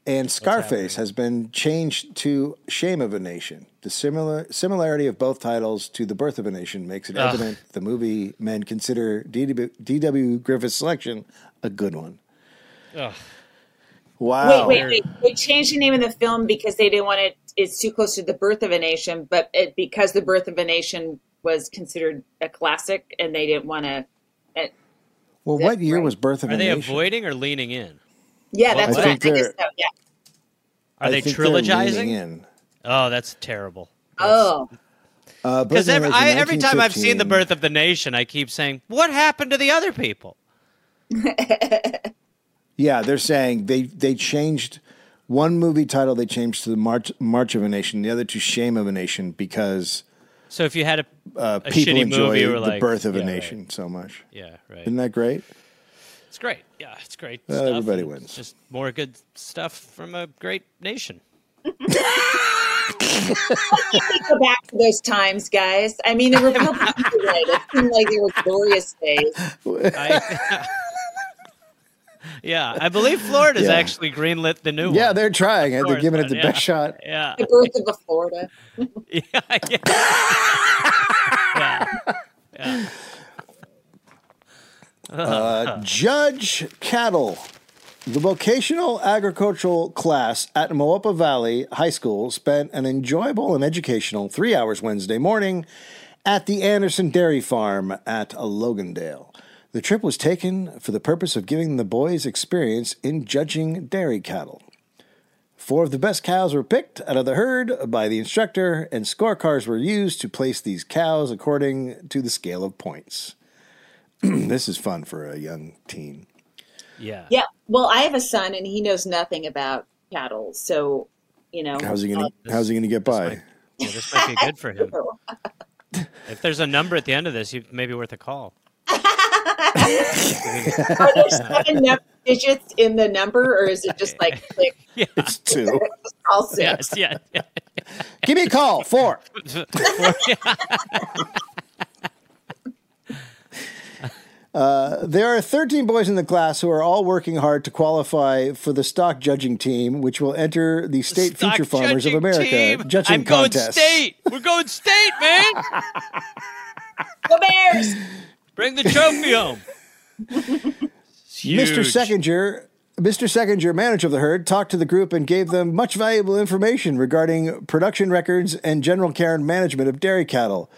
Speaker 4: And Scarface has been changed to Shame of a Nation. The similar similarity of both titles to The Birth of a Nation makes it evident the movie men consider D.W. Griffith's selection a good one.
Speaker 3: Wait,
Speaker 4: Wow.
Speaker 3: wait, wait. They changed the name of the film because they didn't want it. It's too close to the Birth of a Nation, but it, because the Birth of a Nation was considered a classic, and they didn't eh, want to. It,
Speaker 4: Well, what year was Birth of
Speaker 2: Are
Speaker 4: a
Speaker 2: they
Speaker 4: Nation?
Speaker 2: avoiding or leaning in?
Speaker 3: yeah, that's
Speaker 2: I
Speaker 3: what I
Speaker 4: think
Speaker 3: think.
Speaker 4: they're-
Speaker 3: is so, yeah.
Speaker 2: Are
Speaker 4: I
Speaker 2: they
Speaker 4: think they're leaning
Speaker 2: trilogizing?
Speaker 4: in.
Speaker 2: Oh, that's terrible.
Speaker 3: Oh,
Speaker 4: Uh, Birth
Speaker 2: Because
Speaker 4: of a
Speaker 2: every,
Speaker 4: Nation,
Speaker 2: I- every time I've seen the
Speaker 4: 1915.
Speaker 2: Birth of the Nation, I keep saying, "What happened to the other people?"
Speaker 4: Yeah, they're saying they they changed one movie title. They changed to the March March of a Nation. The other to Shame of a Nation because
Speaker 2: So if you had a,
Speaker 4: uh,
Speaker 2: a
Speaker 4: people
Speaker 2: shitty
Speaker 4: enjoy
Speaker 2: movie, you were
Speaker 4: the
Speaker 2: like,
Speaker 4: Birth of a
Speaker 2: yeah,
Speaker 4: Nation so
Speaker 2: right.
Speaker 4: much.
Speaker 2: yeah, right.
Speaker 4: Isn't that great?
Speaker 2: It's great. Yeah, it's great.
Speaker 4: Uh,
Speaker 2: stuff.
Speaker 4: everybody
Speaker 2: It's
Speaker 4: wins.
Speaker 2: Just more good stuff from a great nation.
Speaker 3: we go back to those times, guys. I mean, the Republicans were right. It seemed like they were glorious days.
Speaker 2: I, yeah, I believe Florida's
Speaker 4: Yeah.
Speaker 2: actually greenlit the new
Speaker 4: Yeah,
Speaker 2: one.
Speaker 4: they're trying. They're
Speaker 2: course,
Speaker 4: giving it
Speaker 2: but
Speaker 4: the
Speaker 2: yeah.
Speaker 4: best shot.
Speaker 2: Yeah.
Speaker 3: The birth of a Florida.
Speaker 2: Yeah. yeah.
Speaker 4: Uh, Judge Cattle. The vocational agricultural class at Moapa Valley High School spent an enjoyable and educational three hours Wednesday morning at the Anderson Dairy Farm at Logandale. The trip was taken for the purpose of giving the boys experience in judging dairy cattle. Four of the best cows were picked out of the herd by the instructor, and scorecards were used to place these cows according to the scale of points. This is fun for a young teen.
Speaker 2: Yeah.
Speaker 3: Yeah. Well, I have a son, and he knows nothing about cattle, so you know. Um,
Speaker 4: How's he gonna How's he gonna get by?
Speaker 2: Well, this might be good for him.
Speaker 3: uh,
Speaker 2: If there's a number at the end of this, it may be worth a call.
Speaker 3: Are there seven num- digits in the number, or is it just like click
Speaker 4: It's two.
Speaker 3: all six?
Speaker 2: Yes. Yeah. yeah.
Speaker 4: Give me a call. Four. There are 13 boys in the class who are all working hard to qualify for the stock judging team, which will enter the State
Speaker 2: Stock
Speaker 4: Future Farmers of
Speaker 2: judging
Speaker 4: America
Speaker 2: team.
Speaker 4: judging
Speaker 2: I'm going
Speaker 4: contest.
Speaker 2: state. We're going state, man.
Speaker 3: Go Bears!
Speaker 2: Bring the trophy home. It's
Speaker 4: Mr.
Speaker 2: huge.
Speaker 4: Seckinger, Mr. Seckinger, manager of the herd, talked to the group and gave them much valuable information regarding production records and general care and management of dairy cattle.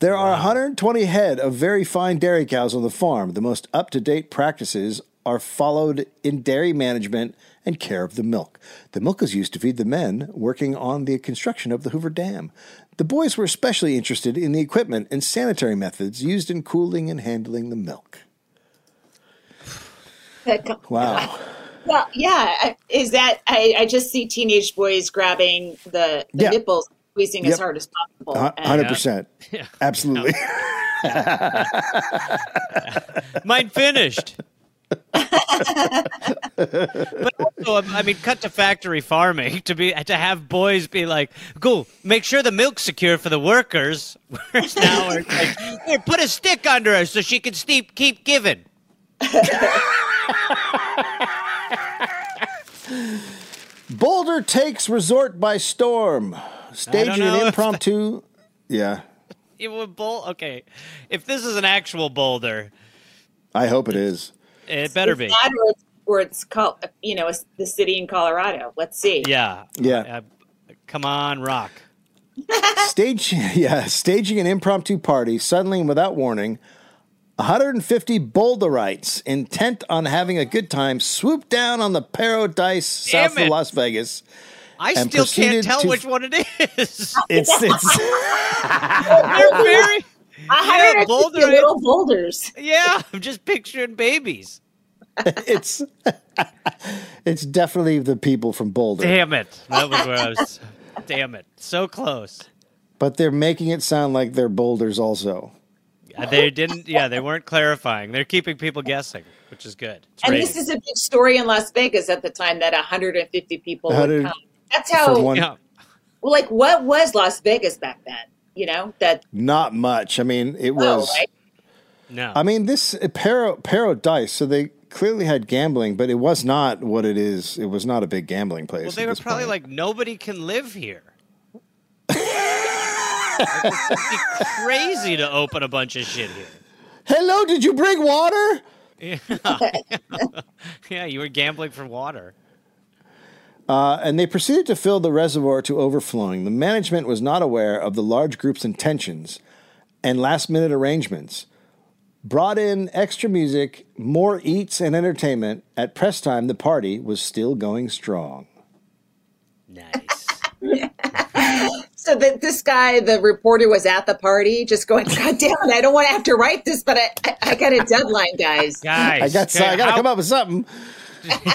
Speaker 4: There are 120 head of very fine dairy cows on the farm. The most up to date practices are followed in dairy management and care of the milk. The milk is used to feed the men working on the construction of the Hoover Dam. The boys were especially interested in the equipment and sanitary methods used in cooling and handling the milk. Wow.
Speaker 3: Well, yeah. I- Is that I, I just see teenage boys grabbing the, the
Speaker 4: Yeah.
Speaker 3: nipples, squeezing
Speaker 4: Yep.
Speaker 3: as hard as possible. and-
Speaker 4: hundred percent.
Speaker 2: uh, Yeah.
Speaker 4: Absolutely.
Speaker 2: Mine finished. but also, I mean, cut to factory farming to be to have boys be like, "Go make sure the milk's secure for the workers." Whereas now we're like, "Here, put a stick under her so she can steep, keep giving."
Speaker 4: Boulder takes resort by storm, staging
Speaker 2: know
Speaker 4: an
Speaker 2: if
Speaker 4: impromptu. Yeah,
Speaker 2: It would bowl. Okay, if this is an actual boulder,
Speaker 4: I hope it is.
Speaker 2: it better be.
Speaker 3: That or it's, or it's called, you know, it's the city in Colorado. Let's see.
Speaker 2: Yeah.
Speaker 4: Yeah.
Speaker 2: Uh, come on, rock.
Speaker 4: Stage, yeah, staging an impromptu party suddenly and without warning. 150 Boulderites intent on having a good time swooped down on the Paradise
Speaker 2: Damn
Speaker 4: south
Speaker 2: it.
Speaker 4: of Las Vegas.
Speaker 2: I
Speaker 4: And
Speaker 2: still can't
Speaker 4: proceeded
Speaker 2: tell
Speaker 4: to-
Speaker 2: which one it is.
Speaker 4: It's it's
Speaker 2: They're very.
Speaker 3: I hired
Speaker 2: Yeah,
Speaker 3: a few
Speaker 2: Boulder-
Speaker 3: little boulders.
Speaker 2: Yeah, I'm just picturing babies.
Speaker 4: it's it's definitely the people from Boulder.
Speaker 2: Damn it. That was where I was. Damn it. So close.
Speaker 4: But they're making it sound like they're boulders also.
Speaker 2: Uh, They didn't, yeah, they weren't clarifying. They're keeping people guessing, which is good. It's
Speaker 3: And
Speaker 2: rating.
Speaker 3: this is a big story in Las Vegas at the time that 150 people would
Speaker 4: 100
Speaker 3: come. That's
Speaker 4: for
Speaker 3: how,
Speaker 4: one-
Speaker 2: Oh, yeah.
Speaker 3: well, like, what was Las Vegas back then? You know, that,
Speaker 4: Not much. I mean, it
Speaker 3: oh,
Speaker 4: was.
Speaker 3: right?
Speaker 2: No.
Speaker 4: I mean, this uh, Paro Paro Dice. So they clearly had gambling, but it was not what it is. It was not a big gambling place.
Speaker 2: well, they
Speaker 4: at
Speaker 2: were
Speaker 4: this
Speaker 2: probably
Speaker 4: point.
Speaker 2: like, nobody can live here. Like, it'd be crazy to open a bunch of shit here.
Speaker 4: "Hello, did you bring water?"
Speaker 2: Yeah, you were gambling for water.
Speaker 4: Uh, and they proceeded to fill the reservoir to overflowing. The management was not aware of the large group's intentions and last minute arrangements. Brought in extra music, more eats, and entertainment. At press time, the party was still going strong.
Speaker 2: Nice.
Speaker 3: So that this guy, the reporter, was at the party, just going, "God damn it! I don't want to have to write this, but I, I, I got a deadline, guys.
Speaker 2: Guys,
Speaker 4: I got,
Speaker 2: okay,
Speaker 4: I got to
Speaker 2: how-
Speaker 4: come up with something.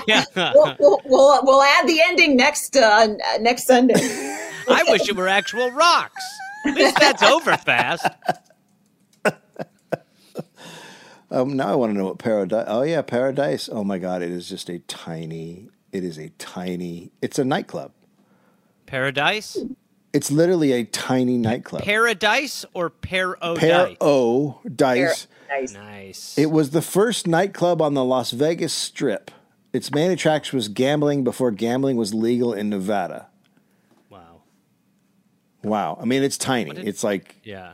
Speaker 2: Yeah.
Speaker 3: We'll, we'll, we'll, we'll add the ending next uh, on, uh, next Sunday."
Speaker 2: I wish it were actual rocks. At least that's over fast.
Speaker 4: Um, now I want to know what paradise. Oh yeah, paradise. Oh my god, it is just a tiny. It is a tiny. It's a nightclub.
Speaker 2: Paradise?
Speaker 4: It's literally a tiny nightclub.
Speaker 2: Paradise or paradise?
Speaker 4: Pair O dice.
Speaker 3: Nice.
Speaker 2: nice.
Speaker 4: It was the first nightclub on the Las Vegas Strip. Its main attraction was gambling before gambling was legal in Nevada.
Speaker 2: wow.
Speaker 4: Wow. I mean, it's tiny.
Speaker 2: did-
Speaker 4: it's like
Speaker 2: Yeah.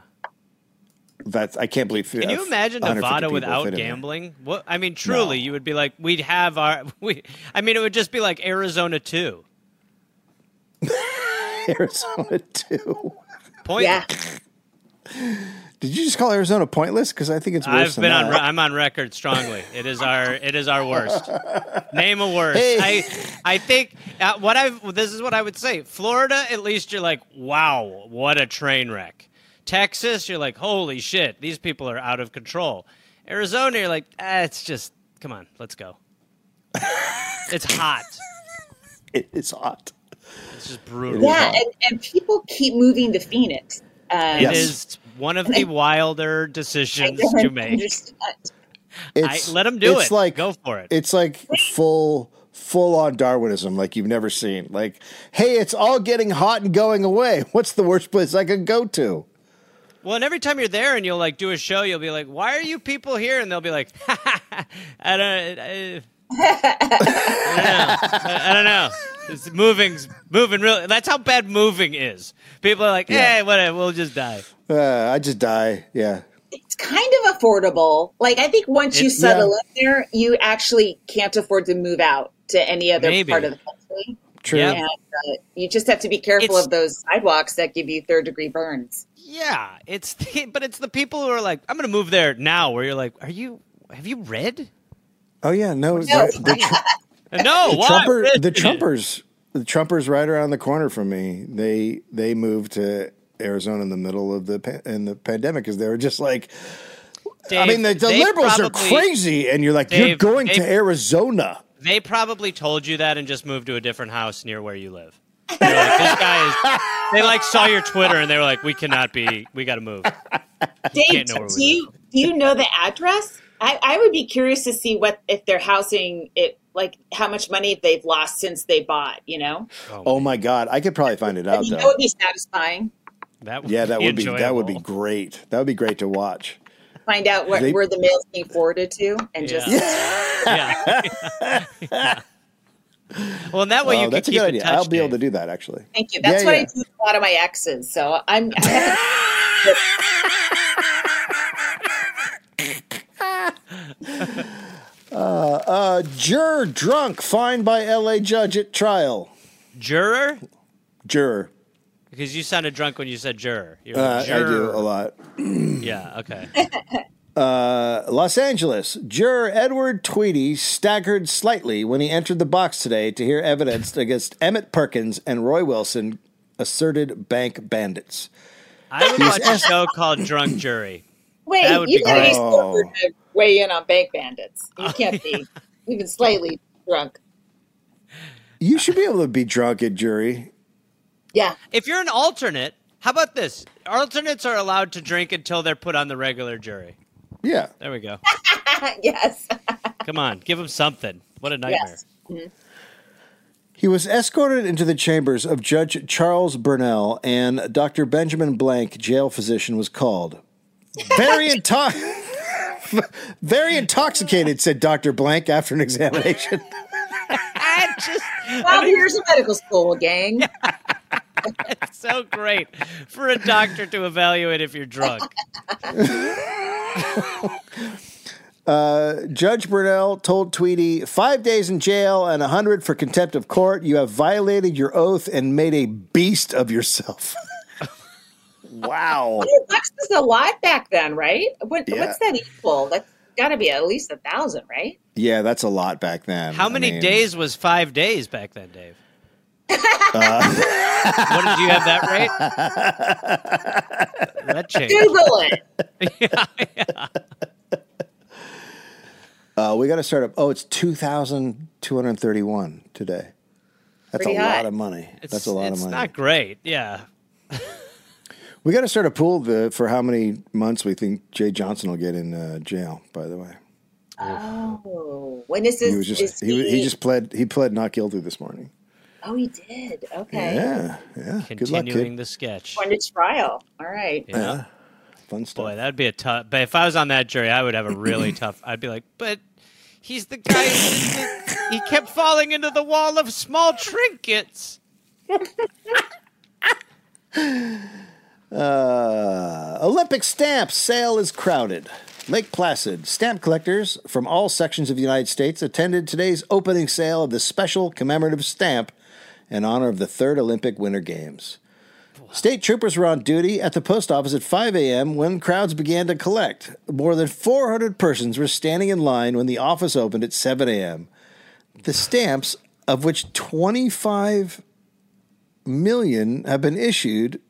Speaker 4: that's. I can't believe.
Speaker 2: Can you imagine Nevada without gambling? What I mean, truly,
Speaker 4: No.
Speaker 2: you would be like, we'd have our. We, I mean, it would just be like Arizona too.
Speaker 4: Arizona too.
Speaker 2: Point.
Speaker 3: Yeah.
Speaker 4: Did you just call Arizona pointless? Because I think it's worse
Speaker 2: I've
Speaker 4: than
Speaker 2: been on.
Speaker 4: that.
Speaker 2: re- I'm on record strongly. It is our. It is our worst. Name a worst.
Speaker 4: Hey.
Speaker 2: I. I think uh, what I've. This is what I would say. Florida, at least you're like, wow, what a train wreck. Texas, you're like, holy shit, these people are out of control. Arizona, you're like, ah, it's just, come on, let's go. it's hot.
Speaker 4: It is hot.
Speaker 2: It's just brutal.
Speaker 3: Yeah, and, and people keep moving to Phoenix. Uh,
Speaker 2: It
Speaker 4: Yes.
Speaker 2: is one of the wilder decisions
Speaker 3: I
Speaker 2: to
Speaker 3: don't
Speaker 2: make.
Speaker 3: understand.
Speaker 2: I, let them do
Speaker 4: it's
Speaker 2: it.
Speaker 4: Like,
Speaker 2: Go for it.
Speaker 4: It's like full full on Darwinism, like you've never seen. Like, hey, it's all getting hot and going away. What's the worst place I could go to?
Speaker 2: Well, and every time you're there and you'll like do a show, you'll be like, "Why are you people here?" And they'll be like, "I don't, I, I don't know. I don't know. It's moving's moving really. That's how bad moving is. People are like,
Speaker 4: Yeah.
Speaker 2: "Hey, whatever, we'll just die."
Speaker 4: Uh, I just die. Yeah.
Speaker 3: It's kind of affordable. Like I think once you
Speaker 2: It-
Speaker 3: settle
Speaker 4: yeah.
Speaker 3: in there, you actually can't afford to move out to any other
Speaker 2: Maybe.
Speaker 3: part of the country.
Speaker 4: True.
Speaker 2: Yeah.
Speaker 3: And uh, you just have to be careful
Speaker 2: It's-
Speaker 3: of those sidewalks that give you third degree burns.
Speaker 2: Yeah, it's the, but it's the people who are like, "I'm going to move there now." Where you're like, "Are you? Have you read?"
Speaker 4: Oh yeah, no.
Speaker 3: No.
Speaker 4: The, the, tr-
Speaker 2: No,
Speaker 4: the
Speaker 2: why?
Speaker 4: Trumper, the
Speaker 2: Read.
Speaker 4: Trumpers, the Trumpers, right around the corner from me. They they moved to Arizona in the middle of the pan- in the pandemic because they were just like, I
Speaker 2: Dave,
Speaker 4: mean, the, the
Speaker 2: they
Speaker 4: liberals are
Speaker 2: probably-
Speaker 4: crazy, and you're like, you're
Speaker 2: Dave,
Speaker 4: going to
Speaker 2: Dave-
Speaker 4: Arizona.
Speaker 2: They probably told you that and just moved to a different house near where you live. They're like, this guy is. They like saw your Twitter and they were like, we cannot be. We got to move.
Speaker 3: Dave,
Speaker 2: can't know
Speaker 3: do
Speaker 2: where we
Speaker 3: you do you know the address? I, I would be curious to see what if they're housing it, like how much money they've lost since they bought. You know,
Speaker 4: Oh my God, I could probably find it
Speaker 3: I
Speaker 4: out
Speaker 3: mean,
Speaker 4: though.
Speaker 3: that would be satisfying.
Speaker 2: That
Speaker 4: Yeah, that would be that would be
Speaker 2: enjoyable.
Speaker 4: great. That would be great to watch.
Speaker 3: Find out what,
Speaker 4: They-
Speaker 3: where the mail's being forwarded to, and just
Speaker 2: Yeah. well, and that way
Speaker 4: Oh,
Speaker 2: you can
Speaker 4: that's a
Speaker 2: keep
Speaker 4: good
Speaker 2: in
Speaker 4: idea.
Speaker 2: touch.
Speaker 4: I'll be able to
Speaker 2: Dave.
Speaker 4: do that actually.
Speaker 3: Thank you. That's
Speaker 4: Yeah,
Speaker 3: what
Speaker 4: yeah.
Speaker 3: I do with a lot of my exes. So I'm.
Speaker 4: A juror drunk fined by L.A. judge at trial.
Speaker 2: Juror,
Speaker 4: Juror,
Speaker 2: because you sounded drunk when you said juror. You're
Speaker 4: uh,
Speaker 2: like,
Speaker 4: I do
Speaker 2: juror.
Speaker 4: a lot. Uh,
Speaker 2: Yeah. Okay.
Speaker 4: Los Angeles juror Edward Tweedy staggered slightly when he entered the box today to hear evidence against Emmett Perkins and Roy Wilson, asserted bank bandits.
Speaker 2: I would watch a show called Drunk Jury.
Speaker 3: Wait,
Speaker 2: That would
Speaker 3: you
Speaker 2: be
Speaker 3: gotta
Speaker 4: great.
Speaker 3: be sober to weigh in on bank bandits. You can't be even slightly drunk.
Speaker 4: You should be able to be drunk at jury.
Speaker 3: Yeah.
Speaker 2: If you're an alternate, how about this? Alternates are allowed to drink until they're put on the regular jury.
Speaker 4: Yeah.
Speaker 2: There we go.
Speaker 3: yes.
Speaker 2: Come on, give him something. What a nightmare.
Speaker 3: Yes.
Speaker 4: He was escorted into the chambers of Judge Charles Burnell, and Dr. Benjamin Blank, jail physician, was called. Very, into- very intoxicated, said Dr. Blank after an examination.
Speaker 2: I just
Speaker 3: Twelve years of medical school, gang.
Speaker 2: so great for a doctor to evaluate if you're drunk.
Speaker 4: Uh, Judge Burnell told Tweedy, five days in jail and a hundred for contempt of court. You have violated your oath and made a beast of yourself. wow.
Speaker 3: Bucks is a lot back then, right? What,
Speaker 4: Yeah.
Speaker 3: What's that equal? That's got to be at least a thousand, right?
Speaker 4: Yeah, that's a lot back then.
Speaker 2: How
Speaker 4: I
Speaker 2: many
Speaker 4: mean,
Speaker 2: days was five days back then, Dave?
Speaker 4: Uh,
Speaker 2: what did you have that right? that changed.
Speaker 3: Google it.
Speaker 4: Uh, we got to start up. Oh, it's 2,231 today. That's
Speaker 3: Pretty
Speaker 4: a lot
Speaker 3: high.
Speaker 4: of money. that's a lot
Speaker 2: it's
Speaker 4: of money.
Speaker 2: It's not great. Yeah.
Speaker 4: We got to start a pool the, for how many months we think Jay Johnson will get in uh, jail. By the way,
Speaker 3: Oh, when is this?
Speaker 4: he was just
Speaker 3: is
Speaker 4: he, wa- he just pled he pled not guilty this morning.
Speaker 3: Oh, he did. Okay.
Speaker 4: Yeah, yeah. Good luck,
Speaker 2: Continuing
Speaker 4: kid.
Speaker 2: the sketch.
Speaker 3: Going to trial. All right.
Speaker 2: Yeah.
Speaker 4: Fun stuff.
Speaker 2: Boy, that'd be a tough. But if I was on that jury, I would have a really tough. I'd be like, but he's the guy. who- he kept falling into the wall of small trinkets.
Speaker 4: Uh, Olympic stamp sale is crowded. Lake Placid stamp collectors from all sections of the United States attended today's opening sale of the special commemorative stamp in honor of the third Olympic Winter Games. State troopers were on duty at the post office at 5 a.m. when crowds began to collect. More than 400 persons were standing in line when the office opened at 7 a.m. The stamps, of which 25 million have been issued,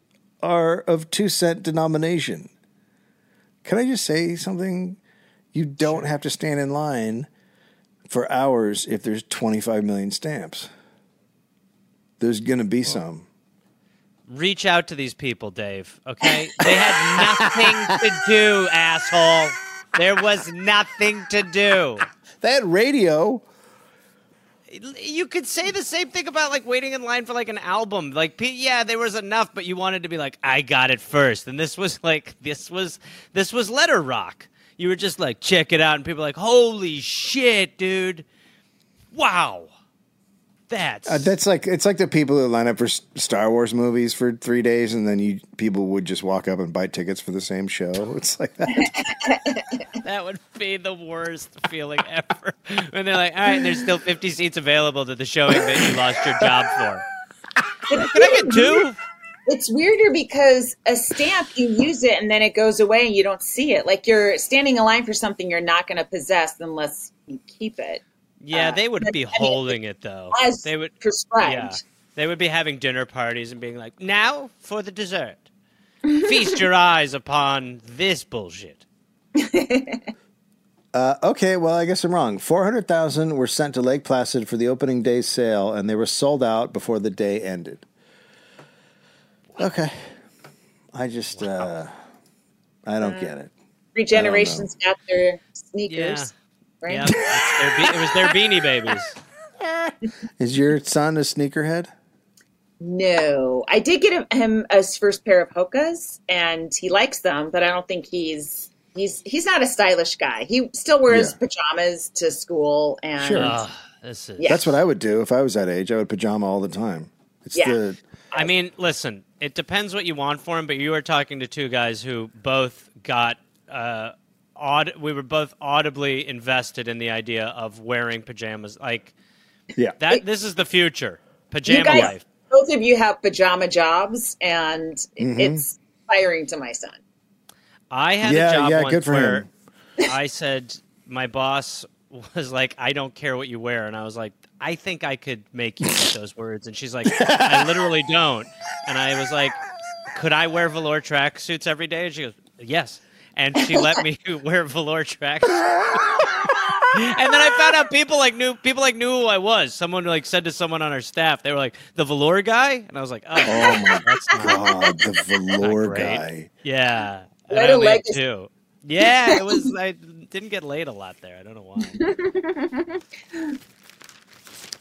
Speaker 4: are of two cent denomination. Can I just say something? You don't have to stand in line for hours if there's 25 million stamps. There's going to be some.
Speaker 2: Reach out to these people, Dave. Okay, they had nothing to do, asshole. There was nothing to do.
Speaker 4: They had radio.
Speaker 2: You could say the same thing about like waiting in line for like an album. Like, pe- yeah, there was enough, but you wanted to be like, I got it first. And this was like, this was this was letter rock. You were just like, check it out, and people were like, holy shit, dude, wow, that's
Speaker 4: Uh, that's like it's like the people who line up for S- Star Wars movies for three days, and then you people would just walk up and buy tickets for the same show. It's like that.
Speaker 2: that would be the worst feeling ever. when they're like, all right, there's still 50 seats available to the showing that you lost your job for.
Speaker 3: But
Speaker 2: Can I get two?
Speaker 3: It's weirder because a stamp, you use it and then it goes away and you don't see it. Like you're standing in line for something you're not going to possess unless you keep it
Speaker 2: Yeah, they would
Speaker 3: Uh,
Speaker 2: be
Speaker 3: I mean,
Speaker 2: holding it though.
Speaker 3: as
Speaker 2: They would.
Speaker 3: prescribed.
Speaker 2: Yeah. They would be having dinner parties and being like, now for the dessert. Feast your eyes upon this bullshit.
Speaker 4: Uh, okay, well I guess I'm wrong. Four hundred thousand were sent to Lake Placid for the opening day sale, and they were sold out before the day ended. Okay, I just uh, I don't get it.
Speaker 3: Three generations got their sneakers, right?
Speaker 2: Yeah. it's their be- it was their beanie babies.
Speaker 4: Is your son a sneakerhead?
Speaker 3: No, I did get him his first pair of Hokas, and he likes them, but I don't think he's he's he's not a stylish guy. He still wears
Speaker 4: Yeah.
Speaker 3: pajamas to school, and
Speaker 4: Sure.
Speaker 2: Ugh, this is.
Speaker 3: Yeah.
Speaker 4: That's what I would do if I was that age. I would pajama all the time. It's
Speaker 3: Yeah.
Speaker 4: the
Speaker 2: I mean, listen, it depends what you want for him, but you are talking to two guys who both got. Uh, aud- we were both audibly invested in the idea of wearing pajamas. Like,
Speaker 4: yeah.
Speaker 2: that. this is the future.
Speaker 3: you
Speaker 2: Pajama
Speaker 3: guys,
Speaker 2: life.
Speaker 3: both of you have pajama jobs, and
Speaker 2: Mm-hmm.
Speaker 3: it's inspiring to my son.
Speaker 2: I had
Speaker 4: Yeah,
Speaker 2: a job
Speaker 4: yeah,
Speaker 2: once
Speaker 4: good for
Speaker 2: where
Speaker 4: him.
Speaker 2: I said my boss was like, "I don't care what you wear," and I was like, "I think I could make you with those words," and she's like, "I literally don't," and I was like, "Could I wear velour tracksuits every day?" And she goes, "Yes." And she let me wear velour tracks. and then I found out people like knew people like knew who I was. Someone like said to someone on our staff, they were like, "The velour guy," and I was like, "Oh,
Speaker 4: Oh my
Speaker 2: that's not
Speaker 4: god, the velour
Speaker 2: great.
Speaker 4: guy.
Speaker 2: yeah. and
Speaker 3: What
Speaker 2: I
Speaker 3: a
Speaker 2: only had
Speaker 3: legacy.
Speaker 2: two. Yeah, it was. I didn't get laid a lot there. I don't know why.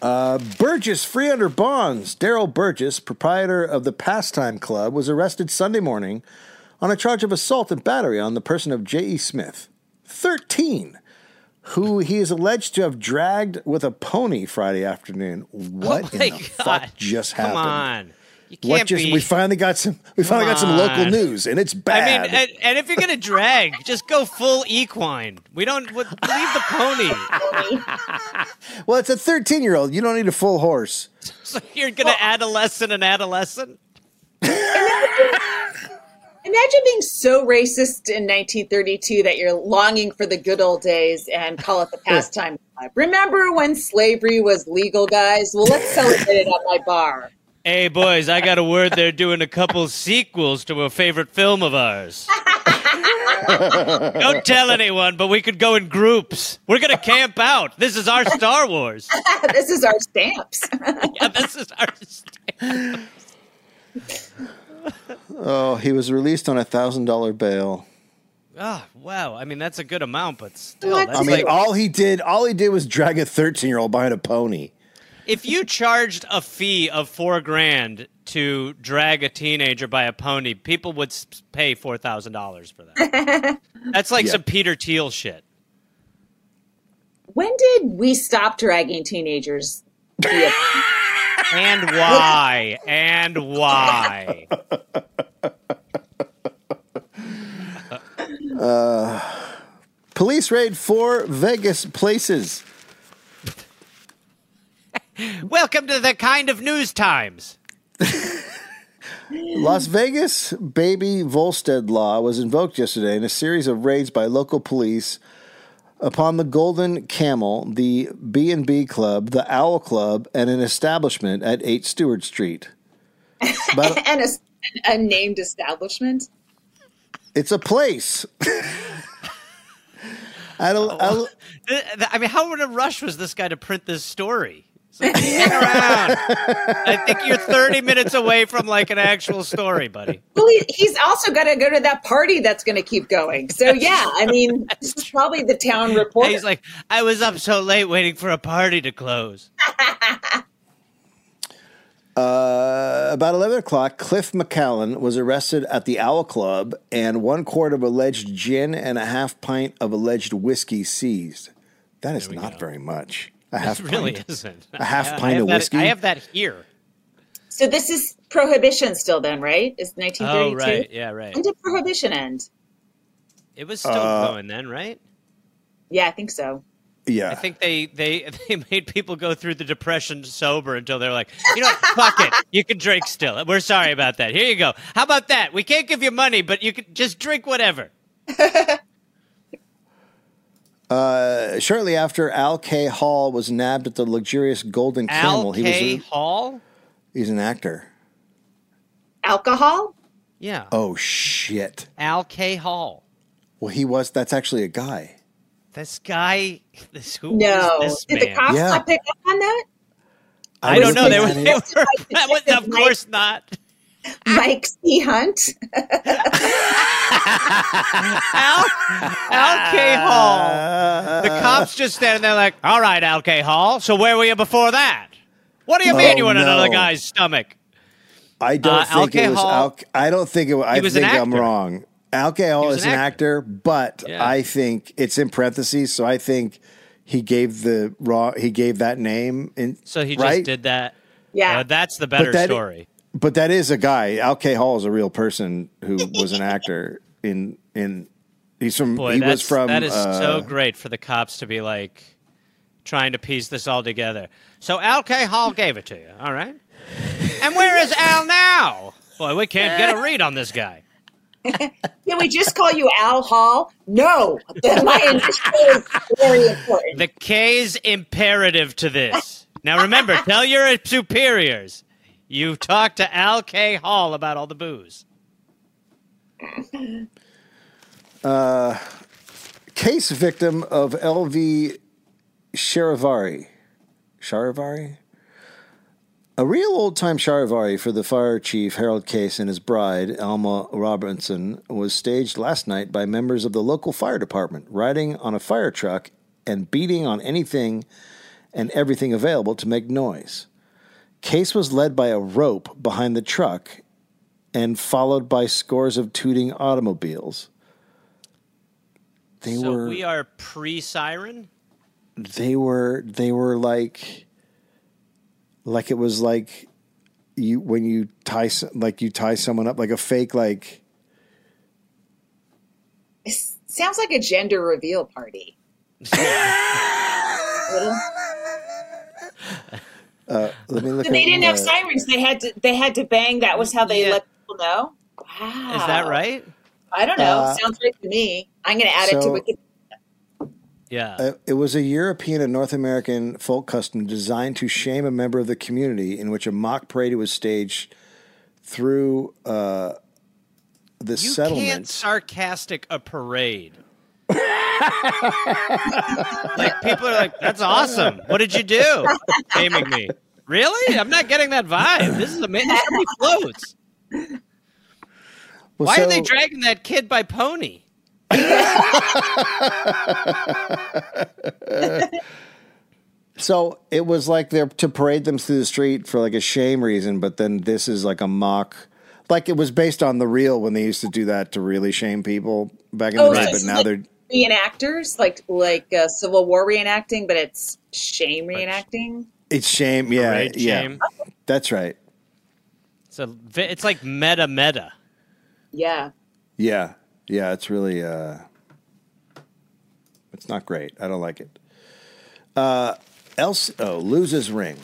Speaker 4: Burgess, free under bonds. Daryl Burgess, proprietor of the Pastime Club, was arrested Sunday morning on a charge of assault and battery on the person of J.E. Smith, 13, who he is alleged to have dragged with a pony Friday afternoon. What
Speaker 2: oh
Speaker 4: in
Speaker 2: my
Speaker 4: the
Speaker 2: God.
Speaker 4: fuck just
Speaker 2: Come
Speaker 4: happened?
Speaker 2: on. You can't
Speaker 4: What just
Speaker 2: be.
Speaker 4: we finally got some we finally got some
Speaker 2: Come
Speaker 4: local
Speaker 2: on.
Speaker 4: news and it's
Speaker 2: I mean,
Speaker 4: bad.
Speaker 2: and, and if you're gonna drag, just go full equine. We don't w- leave the pony.
Speaker 4: well, it's a 13 year old. You don't need a full horse.
Speaker 2: So you're gonna adolescent and adolescent.
Speaker 3: Imagine being so racist in 1932 that you're longing for the good old days and call it the pastime club. Remember when slavery was legal, guys? Well, let's celebrate it at my bar.
Speaker 2: Hey boys, I got a word. They're doing a couple sequels to a favorite film of ours. Don't tell anyone, but we could go in groups. We're gonna camp out. This is our Star Wars.
Speaker 3: this is our stamps.
Speaker 2: Yeah, this is our.
Speaker 4: Oh, he was released on a thousand dollar bail.
Speaker 2: Oh, wow. I mean, that's a good amount, but still,
Speaker 3: What?
Speaker 2: that's
Speaker 4: I mean,
Speaker 2: like
Speaker 4: all he did, all he did was drag a 13 year old behind a pony.
Speaker 2: if you charged a fee of four grand to drag a teenager by a pony, people would s- pay four thousand dollars for that. that's like
Speaker 4: Yeah.
Speaker 2: some Peter Thiel shit.
Speaker 3: when did we stop dragging teenagers? Yeah.
Speaker 2: And why? and why?
Speaker 4: Police raid four Vegas places.
Speaker 2: Welcome to the kind of news times.
Speaker 4: Las Vegas baby Volstead law was invoked yesterday in a series of raids by local police upon the Golden Camel, the B&B Club, the Owl Club, and an establishment at 8 Stewart Street. But
Speaker 3: and a, a named establishment.
Speaker 4: it's a place. I don't, I don't-
Speaker 2: Th- Uh, th- I mean, how in a rush was this guy to print this story? It's like, hang around. I think you're 30 minutes away from like an actual story, buddy.
Speaker 3: Well, he, he's also got to go to that party that's going to keep going. So yeah, I mean, this is probably the town report.
Speaker 2: And he's like, I was up so late waiting for a party to close.
Speaker 4: Uh, About 11 o'clock, Cliff McCallan was arrested at the Owl Club and one quart of alleged gin and a half pint of alleged whiskey seized. That is not very much. A half
Speaker 2: It really
Speaker 4: pint.
Speaker 2: isn't.
Speaker 4: A half
Speaker 2: I- I
Speaker 4: pint
Speaker 2: have
Speaker 4: of
Speaker 2: that-
Speaker 4: whiskey?
Speaker 2: I have that here.
Speaker 3: so this is prohibition still, then, right? Is 1932?
Speaker 2: Oh, right. Yeah, right.
Speaker 3: When did prohibition end?
Speaker 2: It was
Speaker 4: Oh.
Speaker 2: still
Speaker 4: Uh,
Speaker 2: going then, right?
Speaker 3: Yeah, I think so.
Speaker 4: Yeah.
Speaker 2: I think they, they, they made people go through the depression sober until they're like, you know, what? fuck it. You can drink still. We're sorry about that. Here you go. How about that? We can't give you money, but you can just drink whatever.
Speaker 4: Shortly after, Al K. Hall was nabbed at the luxurious Golden
Speaker 2: Al
Speaker 4: Camel. He was
Speaker 2: K.
Speaker 4: a-
Speaker 2: Hall?
Speaker 4: he's an actor.
Speaker 3: Alcohol?
Speaker 2: Yeah.
Speaker 4: Oh, shit.
Speaker 2: Al K. Hall.
Speaker 4: Well, he was, that's actually a guy.
Speaker 2: This guy, this who is
Speaker 3: No.
Speaker 2: this
Speaker 3: Did the
Speaker 2: man?
Speaker 3: cops
Speaker 4: Yeah.
Speaker 3: not pick up on that?
Speaker 2: I don't
Speaker 4: was
Speaker 2: know. They were,
Speaker 4: thinking
Speaker 2: they were,
Speaker 4: it.
Speaker 2: that was- of course not.
Speaker 3: Mike C. Hunt.
Speaker 2: Uh, Al, Al K. Hall. The cops just standing there like, all right, Al K. Hall, so where were you before that? What do you mean
Speaker 4: Oh,
Speaker 2: you were in
Speaker 4: no.
Speaker 2: another guy's stomach?
Speaker 4: I don't
Speaker 2: Uh,
Speaker 4: think
Speaker 2: Al K.
Speaker 4: it was.
Speaker 2: Hall-
Speaker 4: Al, I don't think it was. I
Speaker 2: He was an
Speaker 4: think I'm
Speaker 2: actor.
Speaker 4: wrong. Al K. Hall
Speaker 2: was
Speaker 4: is an
Speaker 2: an
Speaker 4: actor, but
Speaker 2: Yeah.
Speaker 4: I think it's in parentheses. So I think he gave the raw. He gave that name, and
Speaker 2: So he
Speaker 4: right?
Speaker 2: just did that.
Speaker 3: Yeah.
Speaker 2: Uh, that's the better
Speaker 4: that-
Speaker 2: story.
Speaker 4: But that is a guy. Al K. Hall is a real person who was an actor in in. He's from.
Speaker 2: Boy,
Speaker 4: he
Speaker 2: that's,
Speaker 4: was from.
Speaker 2: that is
Speaker 4: uh,
Speaker 2: so great for the cops to be like trying to piece this all together. So Al K. Hall gave it to you, all right? And where is Al now? Boy, we can't get a read on this guy.
Speaker 3: Can we just call you Al Hall? No. My initial is very important.
Speaker 2: The K's imperative to this. Now remember, tell your superiors you talked to Al K. Hall about all the booze.
Speaker 4: case victim of LV Charivari. Charivari? A real old time Charivari for the fire chief Harold Case and his bride, Alma Robinson, was staged last night by members of the local fire department, riding on a fire truck and beating on anything and everything available to make noise. Case was led by a rope behind the truck and followed by scores of tooting automobiles. They
Speaker 2: so
Speaker 4: were
Speaker 2: we are pre siren.
Speaker 4: they were they were like like it was like you when you tie s- like you tie someone up like a fake like
Speaker 3: It sounds like a gender reveal party. Little-
Speaker 4: let me look
Speaker 3: So they
Speaker 4: at,
Speaker 3: didn't have
Speaker 4: uh,
Speaker 3: sirens. They had to. They had to bang. That was how they
Speaker 2: Yeah.
Speaker 3: let people know. Wow.
Speaker 2: Is that right?
Speaker 3: I don't know.
Speaker 4: Uh,
Speaker 3: Sounds right to me. I'm going to add
Speaker 4: so-
Speaker 3: it to Wikipedia.
Speaker 2: Yeah.
Speaker 4: Uh, it was a European and North American folk custom designed to shame a member of the community, in which a mock parade was staged through uh, the
Speaker 2: you
Speaker 4: settlement.
Speaker 2: can't sarcastic a parade. like people are like, "That's awesome! What did you do?" Naming me. Really? I'm not getting that vibe. This is amazing. Somebody floats.
Speaker 4: Well,
Speaker 2: Why are they
Speaker 4: so-
Speaker 2: dragging that kid by pony?
Speaker 4: So it was like they're to parade them through the street for like a shame reason, but then this is like a mock. Like it was based on the real when they used to do that to really shame people back in
Speaker 3: Oh,
Speaker 4: the
Speaker 3: so
Speaker 4: day,
Speaker 3: it's
Speaker 4: but now
Speaker 3: like
Speaker 4: they're
Speaker 3: reenactors, like like uh, Civil War reenacting, but it's shame reenacting.
Speaker 4: it's shame. Yeah,
Speaker 2: Parade
Speaker 4: yeah,
Speaker 2: shame.
Speaker 4: that's right.
Speaker 2: It's a, vi- it's like meta meta.
Speaker 3: Yeah.
Speaker 4: Yeah, yeah, it's really uh, it's not great. I don't like it. Uh, Elsie oh, loses ring.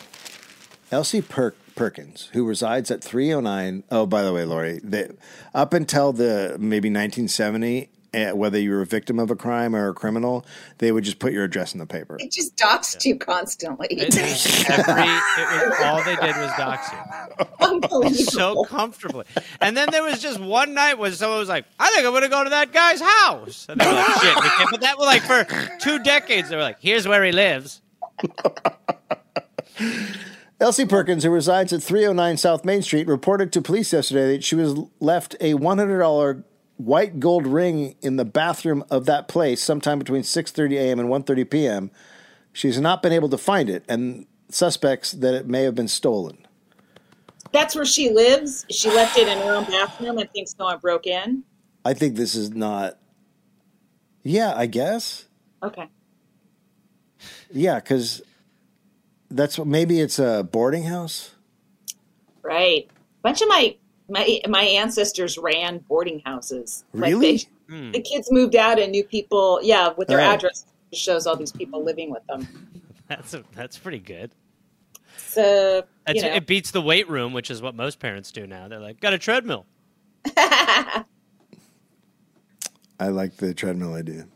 Speaker 4: Elsie per- Perkins, who resides at 309. Oh, by the way, Lori, they, up until the maybe 1970, eh, whether you were a victim of a crime or a criminal, they would just put your address in the paper.
Speaker 3: It just doxed you constantly.
Speaker 2: It was every, it was all they did was dox you so
Speaker 3: Unbelievable.
Speaker 2: comfortably. And then there was just one night when someone was like, "I think I'm gonna go to that guy's house." And they were like, "Shit, we can't." But that was like for two decades. They were like, "Here's where he lives."
Speaker 4: Elsie Perkins, who resides at 309 South Main Street, reported to police yesterday that she was left a $100 white gold ring in the bathroom of that place sometime between 6:30 a.m. and 1:30 p.m. She's not been able to find it and suspects that it may have been stolen.
Speaker 3: That's where she lives. She left it in her own bathroom and thinks someone broke in.
Speaker 4: I think this is not Yeah, I guess.
Speaker 3: Okay.
Speaker 4: Yeah, cuz that's what maybe it's a boarding house.
Speaker 3: Right. Bunch of my my my ancestors ran boarding houses.
Speaker 4: Really?
Speaker 3: they,
Speaker 2: Hmm.
Speaker 3: The kids moved out and new people. Yeah, with their
Speaker 4: Oh.
Speaker 3: address shows all these people living with them.
Speaker 2: That's a, that's pretty good.
Speaker 3: So
Speaker 2: That's,
Speaker 3: you know,
Speaker 2: It beats the weight room, which is what most parents do now. They're like, "Got a treadmill."
Speaker 4: I like the treadmill idea.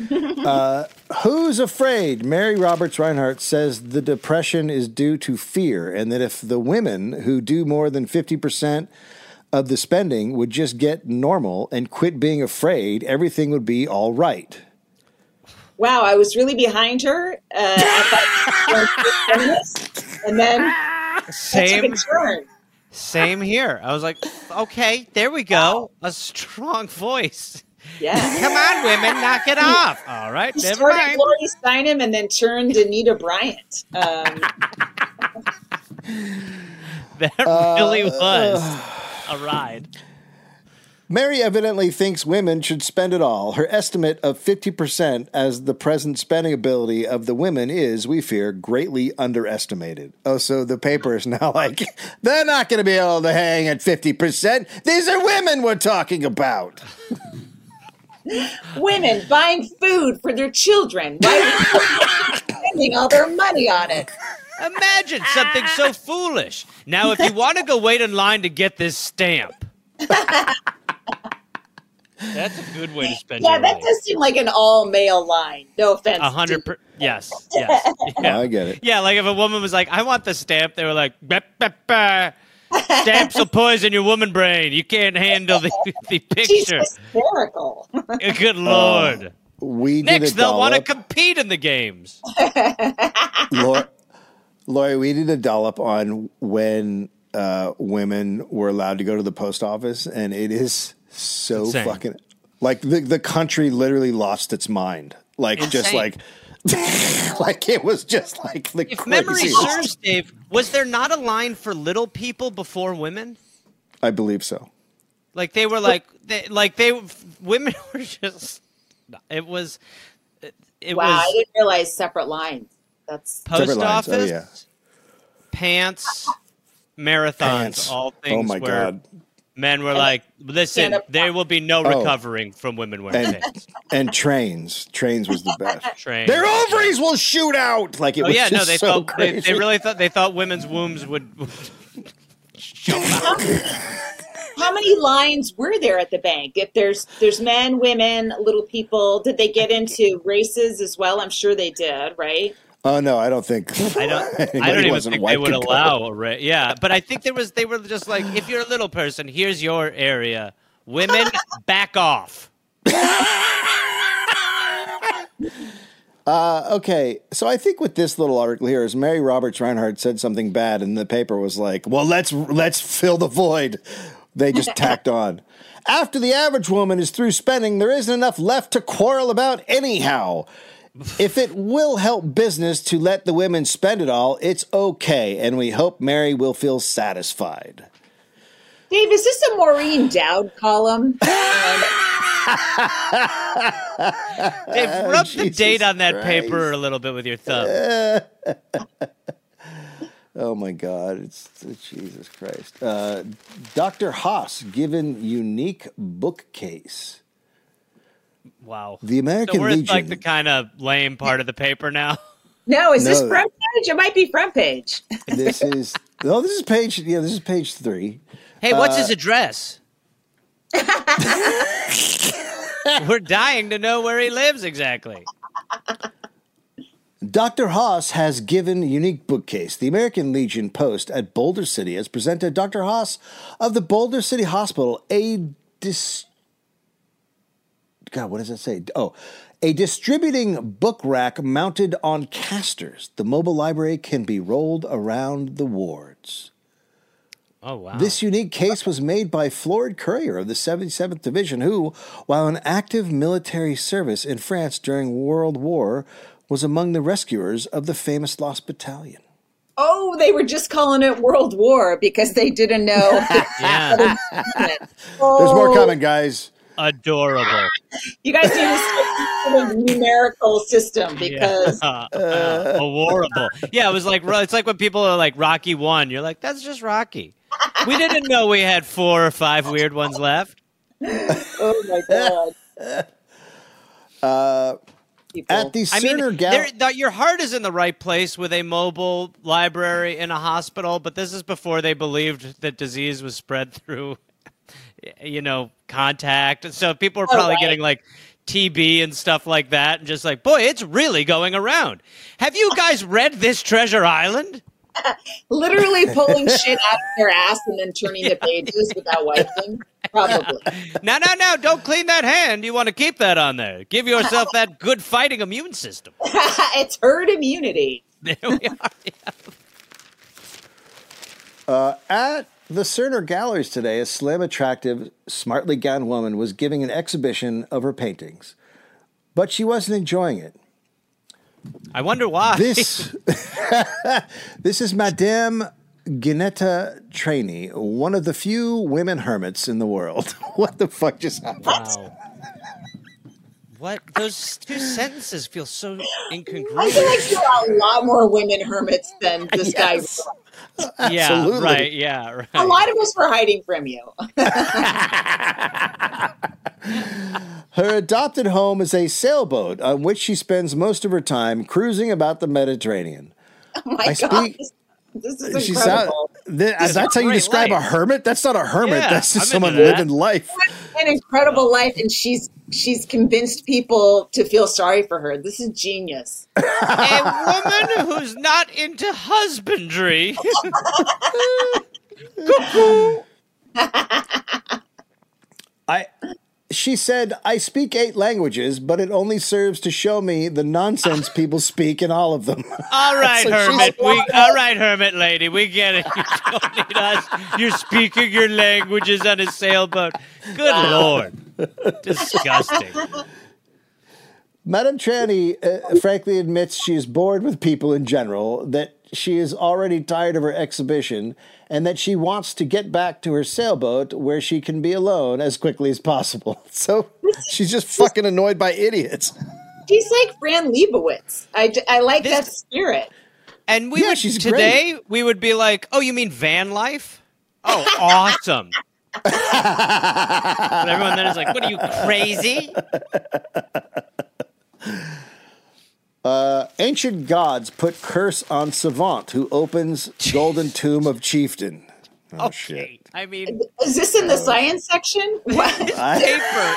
Speaker 4: uh, Who's Afraid? Mary Roberts Reinhardt says the depression is due to fear, and that if the women who do more than 50% of the spending would just get normal and quit being afraid, everything would be all right.
Speaker 3: wow, I was really behind her. Uh, I thought she was feminist, and then that took
Speaker 2: Same
Speaker 3: a turn.
Speaker 2: same here. I was like, "Okay, there we go." A strong voice.
Speaker 3: Yeah.
Speaker 2: Come on, women, knock it off. All right,
Speaker 3: She
Speaker 2: never
Speaker 3: started
Speaker 2: mind.
Speaker 3: Gloria Steinem and then turned Anita Bryant. Um,
Speaker 2: That really
Speaker 3: Uh,
Speaker 2: was a ride.
Speaker 4: Mary evidently thinks women should spend it all. Her estimate of 50% as the present spending ability of the women is, we fear, greatly underestimated. Oh, so the paper is now like, they're not going to be able to hang at 50%. These are women we're talking about.
Speaker 3: women buying food for their children. Why are they spending all their money on it?
Speaker 2: Imagine something so foolish. Now, if you want to go wait in line to get this stamp, that's a good way to spend
Speaker 3: Yeah,
Speaker 2: your
Speaker 3: that
Speaker 2: money.
Speaker 3: does seem like an all male line. No offense.
Speaker 2: A hundred per- Yes, yes.
Speaker 4: I
Speaker 2: Yeah.
Speaker 4: get it.
Speaker 2: yeah, like if a woman was like, "I want the stamp," they were like, "Bep, bep, bep. "Stamps will poison your woman brain. You can't handle the the
Speaker 3: She's
Speaker 2: picture."
Speaker 3: hysterical.
Speaker 2: Good lord.
Speaker 4: We did
Speaker 2: Next,
Speaker 4: a
Speaker 2: they'll want to
Speaker 4: dollop.
Speaker 2: compete in the games.
Speaker 4: Lori, Lori, we did a dollop on when uh, women were allowed to go to the post office, and it is so
Speaker 2: Insane.
Speaker 4: fucking like the the country literally lost its mind. Like just
Speaker 2: Insane.
Speaker 4: like like it was just like the
Speaker 2: If memory
Speaker 4: craziest.
Speaker 2: serves, Dave, was there not a line for little people before women?
Speaker 4: I believe so.
Speaker 2: Like they were like they, like they women were just it was it, it
Speaker 3: Wow, I
Speaker 2: was
Speaker 3: didn't realize separate lines. That's
Speaker 4: oh,
Speaker 2: post
Speaker 4: Separate lines.
Speaker 2: office
Speaker 4: Oh yeah.
Speaker 2: pants marathons,
Speaker 4: Pants.
Speaker 2: Uh, all
Speaker 4: Oh
Speaker 2: things
Speaker 4: my
Speaker 2: where
Speaker 4: god.
Speaker 2: men were like, listen,
Speaker 3: Stand-up
Speaker 2: there will be no
Speaker 4: Oh.
Speaker 2: recovering from women wearing
Speaker 4: And
Speaker 2: pants.
Speaker 4: and trains. Trains was the best.
Speaker 2: Train.
Speaker 4: Their ovaries will shoot out. Like it
Speaker 2: Oh
Speaker 4: was
Speaker 2: yeah, no,
Speaker 4: just
Speaker 2: they
Speaker 4: so
Speaker 2: thought they,
Speaker 4: crazy.
Speaker 2: they really thought they thought women's wombs would.
Speaker 3: How many lines were there at the bank? If there's there's men, women, little people, did they get into races as well? I'm sure they did, right?
Speaker 4: Oh no, I don't think.
Speaker 2: I don't. I
Speaker 4: anybody
Speaker 2: don't even
Speaker 4: wasn't
Speaker 2: think
Speaker 4: white
Speaker 2: they would
Speaker 4: could go.
Speaker 2: allow a ra- Yeah, but I think there was. They were just like, if you're a little person, here's your area. Women, back off.
Speaker 4: Okay, so I think with this little article here is Mary Roberts Reinhardt said something bad, and the paper was like, "Well, let's let's fill the void." They just tacked on. After the average woman is through spending, there isn't enough left to quarrel about anyhow. If it will help business to let the women spend it all, it's okay, and we hope Mary will feel satisfied.
Speaker 3: Dave, is this a Maureen Dowd column?
Speaker 2: Dave, rub the
Speaker 4: Ah, Jesus
Speaker 2: date on that
Speaker 4: Christ. Uh,
Speaker 2: paper a little bit with your thumb.
Speaker 4: Oh my God, it's Jesus Christ. Uh, Dr. Haas given unique bookcase.
Speaker 2: Wow.
Speaker 4: The American
Speaker 2: so we're at, like
Speaker 4: Legion-
Speaker 2: the kind of lame part of the paper now.
Speaker 3: No, is this
Speaker 4: No.
Speaker 3: front page? It might be front page.
Speaker 4: this is no this is page yeah this is page three
Speaker 2: Hey, what's
Speaker 4: Uh,
Speaker 2: his address? we're dying to know where he lives exactly.
Speaker 4: dr haas has given unique bookcase the american legion post at boulder city has presented dr haas of the boulder city hospital a dis god what does that say oh a distributing book rack mounted on casters the mobile library can be rolled around the wards
Speaker 2: Oh wow.
Speaker 4: This unique case was made by Florid Courier of the 77th Division, who, while in active military service in France during World War, was among the rescuers of the famous Lost Battalion.
Speaker 3: Oh, they were just calling it World War because they didn't know.
Speaker 2: yeah.
Speaker 4: There's
Speaker 3: Oh.
Speaker 4: more coming, guys.
Speaker 2: Adorable.
Speaker 3: You guys need to stick to the numerical system because
Speaker 2: uh, uh, horrible. Yeah, it was like it's like when people are like Rocky one. You're like, that's just Rocky. We didn't know we had four or five weird ones left.
Speaker 3: oh my god. People.
Speaker 4: At the
Speaker 2: I mean,
Speaker 4: Cerner Gal-
Speaker 2: there- th- your heart is in the right place with a mobile library in a hospital, but this is before they believed that disease was spread through, you know, contact. So people are
Speaker 4: Oh,
Speaker 2: probably
Speaker 3: right.
Speaker 2: getting like TB and stuff like that, and just like, boy, it's really going around. Have you guys read this Treasure Island?
Speaker 3: literally pulling shit out of their ass and then turning the pages without wiping. Probably.
Speaker 2: No, no, no, don't clean that hand. You want to keep that on there. Give yourself that good fighting immune system.
Speaker 3: it's herd immunity.
Speaker 2: There we are.
Speaker 4: At the Cerner Galleries today, a slim, attractive, smartly gowned woman was giving an exhibition of her paintings, but she wasn't enjoying it.
Speaker 2: I wonder why.
Speaker 4: This this is Madame Ginetta Trainee, one of the few women hermits in the world. what the fuck just happened?
Speaker 2: Wow. Oh. What? Those two sentences feel so
Speaker 3: I feel
Speaker 2: incongruent.
Speaker 3: like there are a lot more women hermits than this
Speaker 4: Yes.
Speaker 3: guy.
Speaker 2: yeah,
Speaker 4: absolutely.
Speaker 2: right. Yeah, right.
Speaker 3: A lot of us were hiding from you. Oh
Speaker 4: Her adopted home is a sailboat on which she spends most of her time cruising about the Mediterranean.
Speaker 3: Oh my
Speaker 4: I
Speaker 3: god.
Speaker 4: speak-
Speaker 3: This, this is
Speaker 4: She's out.
Speaker 3: incredible.
Speaker 4: th- that's how you
Speaker 2: great
Speaker 4: describe a
Speaker 2: life.
Speaker 4: hermit. That's not a hermit.
Speaker 2: Yeah,
Speaker 4: that's just
Speaker 2: I'm into
Speaker 4: someone
Speaker 2: that.
Speaker 4: living life.
Speaker 3: An incredible life, and she's she's convinced people to feel sorry for her. This is genius.
Speaker 2: a woman who's not into husbandry. Cuckoo.
Speaker 4: I. She said, "I speak eight languages, but it only serves to show me the nonsense people speak in all of them."
Speaker 2: all right,
Speaker 4: So she's-
Speaker 2: hermit. We, all right, hermit lady. We get it. You don't need us. You're speaking your languages on a sailboat. Good lord. Disgusting.
Speaker 4: Madame Tranny uh, frankly admits she is bored with people in general, that she is already tired of her exhibition, and that she wants to get back to her sailboat where she can be alone as quickly as possible. So she's just fucking annoyed by idiots.
Speaker 3: She's like Fran Lebowitz. I, I like
Speaker 2: This-
Speaker 3: that spirit.
Speaker 2: And we
Speaker 4: Yeah,
Speaker 2: would
Speaker 4: she's great.
Speaker 2: today we would be like, "Oh, you mean van life? Oh, awesome." and everyone then is like, "What are you crazy?"
Speaker 4: Ancient gods put curse on Savant, who opens golden tomb of chieftain. Oh shit!
Speaker 2: I mean,
Speaker 3: Is this
Speaker 4: Oh.
Speaker 3: in the science section? What?
Speaker 2: paper.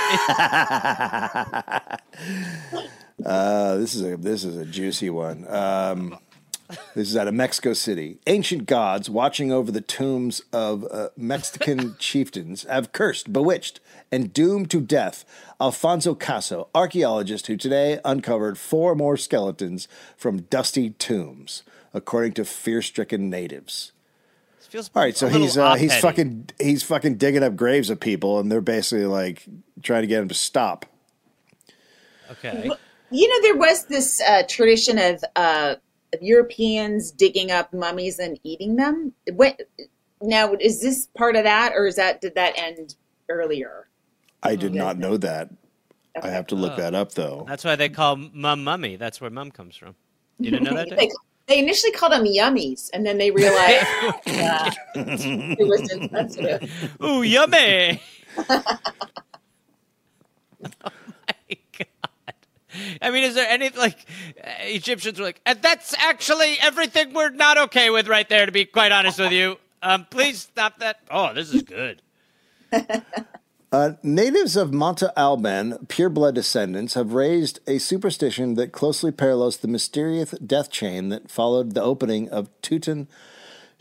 Speaker 4: Uh, this is a this is a juicy one. Um, this is out of Mexico City. Ancient gods watching over the tombs of uh, Mexican chieftains have cursed, bewitched, and doomed to death Alfonso Caso, archaeologist who today uncovered four more skeletons from dusty tombs, according to fear-stricken natives.
Speaker 2: It feels
Speaker 4: All right,
Speaker 2: a
Speaker 4: so
Speaker 2: little
Speaker 4: he's uh, he's
Speaker 2: op-heady.
Speaker 4: fucking he's fucking digging up graves of people, and they're basically like trying to get him to stop.
Speaker 2: okay.
Speaker 3: you know, there was this uh, tradition of, uh, of Europeans digging up mummies and eating them. What, now, is this part of that, or is that did that end earlier?
Speaker 4: I did not know that. I have to look that up though.
Speaker 2: That's why they call mum mummy. That's where mum comes from. You didn't know that?
Speaker 3: They,
Speaker 2: Dave?
Speaker 3: they initially called them yummies, and then they realized uh, it was insensitive.
Speaker 2: Ooh, yummy! oh my god! I mean, is there any like uh, Egyptians were like, and that's actually everything we're not okay with right there. To be quite honest with you, um, please stop that. Oh, this is good.
Speaker 4: Uh, natives of Monte Alban, pureblood descendants, have raised a superstition that closely parallels the mysterious death chain that followed the opening of Tutan,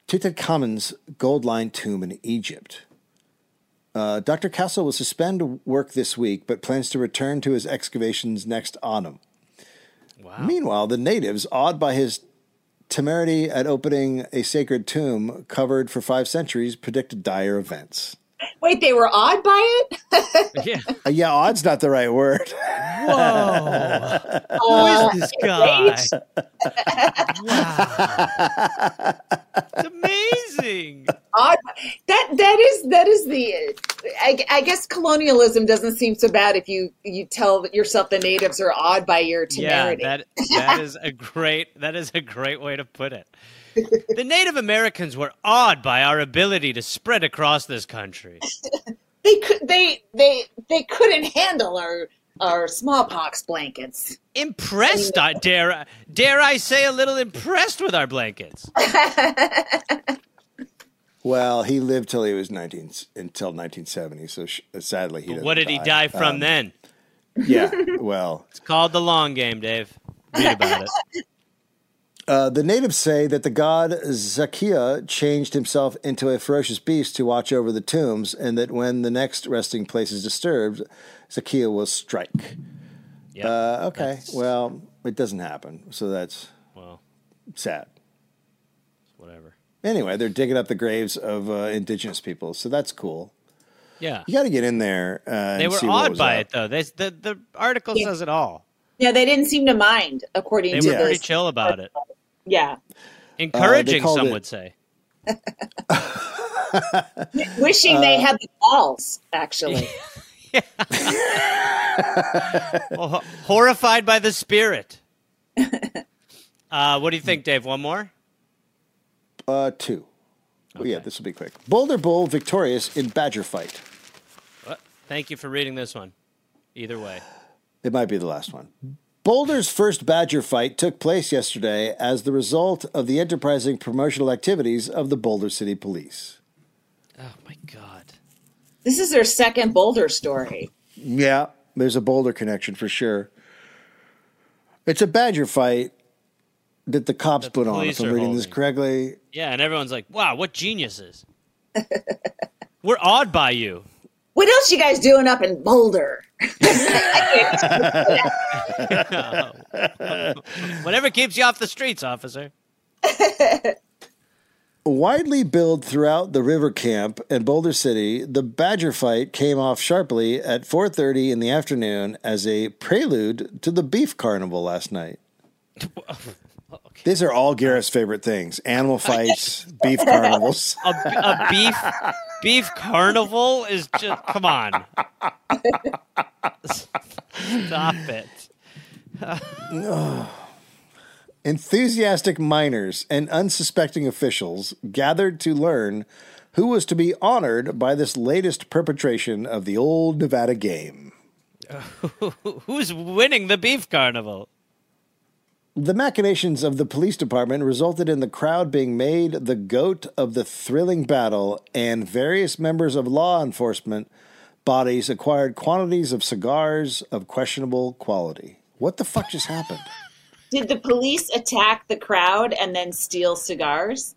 Speaker 4: Tutankhamun's gold lined tomb in Egypt. Uh, Dr. Castle will suspend work this week, but plans to return to his excavations next autumn.
Speaker 2: Wow.
Speaker 4: Meanwhile, the natives, awed by his temerity at opening a sacred tomb covered for five centuries, predicted dire events.
Speaker 3: Wait, they were awed by it?
Speaker 2: Yeah.
Speaker 4: Uh, yeah, odd's not the right word.
Speaker 2: Who
Speaker 3: Uh,
Speaker 2: is this guy? wow. It's amazing.
Speaker 3: odd. That that is that is the. I, I guess colonialism doesn't seem so bad if you you tell yourself the natives are awed by your
Speaker 2: Yeah,
Speaker 3: temerity.
Speaker 2: that that is a great that is a great way to put it. The Native Americans were awed by our ability to spread across this country.
Speaker 3: they could they they they couldn't handle our our smallpox blankets.
Speaker 2: Impressed, I dare I- dare I say, a little impressed with our blankets.
Speaker 4: Well, he lived till he was 19 until 1970. So sh- sadly, he. doesn't
Speaker 2: What did he die from
Speaker 4: Um,
Speaker 2: then?
Speaker 4: Yeah. Well,
Speaker 2: It's called the long game, Dave. Read about it.
Speaker 4: uh, the natives say that the god Zakia changed himself into a ferocious beast to watch over the tombs, and that when the next resting place is disturbed, Zakia will strike.
Speaker 2: Yeah.
Speaker 4: Uh, okay. Well, it doesn't happen, so that's
Speaker 2: well,
Speaker 4: sad.
Speaker 2: whatever.
Speaker 4: Anyway, they're digging up the graves of uh, indigenous people, so that's cool.
Speaker 2: Yeah.
Speaker 4: You got to get in there. Uh, and
Speaker 2: They were
Speaker 4: see what
Speaker 2: awed
Speaker 4: was
Speaker 2: by
Speaker 4: up.
Speaker 2: it though. They, the the article
Speaker 3: Yeah.
Speaker 2: says it all.
Speaker 3: Yeah, they didn't seem to mind according
Speaker 2: They
Speaker 3: to
Speaker 2: were
Speaker 4: Yeah. Uh,
Speaker 2: pretty
Speaker 3: this.
Speaker 2: chill about it.
Speaker 3: Yeah,
Speaker 2: Encouraging,
Speaker 4: called
Speaker 2: some
Speaker 4: it-
Speaker 2: would say.
Speaker 3: wishing
Speaker 4: Uh,
Speaker 3: they had the balls. Actually,
Speaker 2: Well, ho- horrified by the spirit. Uh, what do you think, Dave? One more?
Speaker 4: Uh, two. Well, yeah, this will be quick. Boulder Bowl victorious in Badger fight.
Speaker 2: What? Thank you for reading this one. Either way,
Speaker 4: It might be the last one. Boulder's first Badger fight took place yesterday as the result of the enterprising promotional activities of the Boulder City Police.
Speaker 2: oh my god,
Speaker 3: this is their second Boulder story.
Speaker 4: Yeah, there's a Boulder connection for sure. It's a Badger fight that the cops put on.
Speaker 2: police
Speaker 4: If I'm
Speaker 2: are
Speaker 4: reading this
Speaker 2: holding.
Speaker 4: correctly,
Speaker 2: yeah, and everyone's like, "Wow, what geniuses!" We're awed by you.
Speaker 3: What else you guys doing up in Boulder?
Speaker 2: Whatever keeps you off the streets, officer.
Speaker 4: Widely billed throughout the river camp and Boulder City, the Badger fight came off sharply at 4:30 in the afternoon as a prelude to the beef carnival last night. These are all Garrett's favorite things: animal fights, beef carnivals.
Speaker 2: A, a beef beef carnival is just come on. Stop it.
Speaker 4: Enthusiastic miners and unsuspecting officials gathered to learn who was to be honored by this latest perpetration of the old Nevada game.
Speaker 2: Who- Who's winning the beef carnival?
Speaker 4: The machinations of the police department resulted in the crowd being made the goat of the thrilling battle, and various members of law enforcement bodies acquired quantities of cigars of questionable quality. What the fuck just happened?
Speaker 3: Did the police attack the crowd and then steal cigars?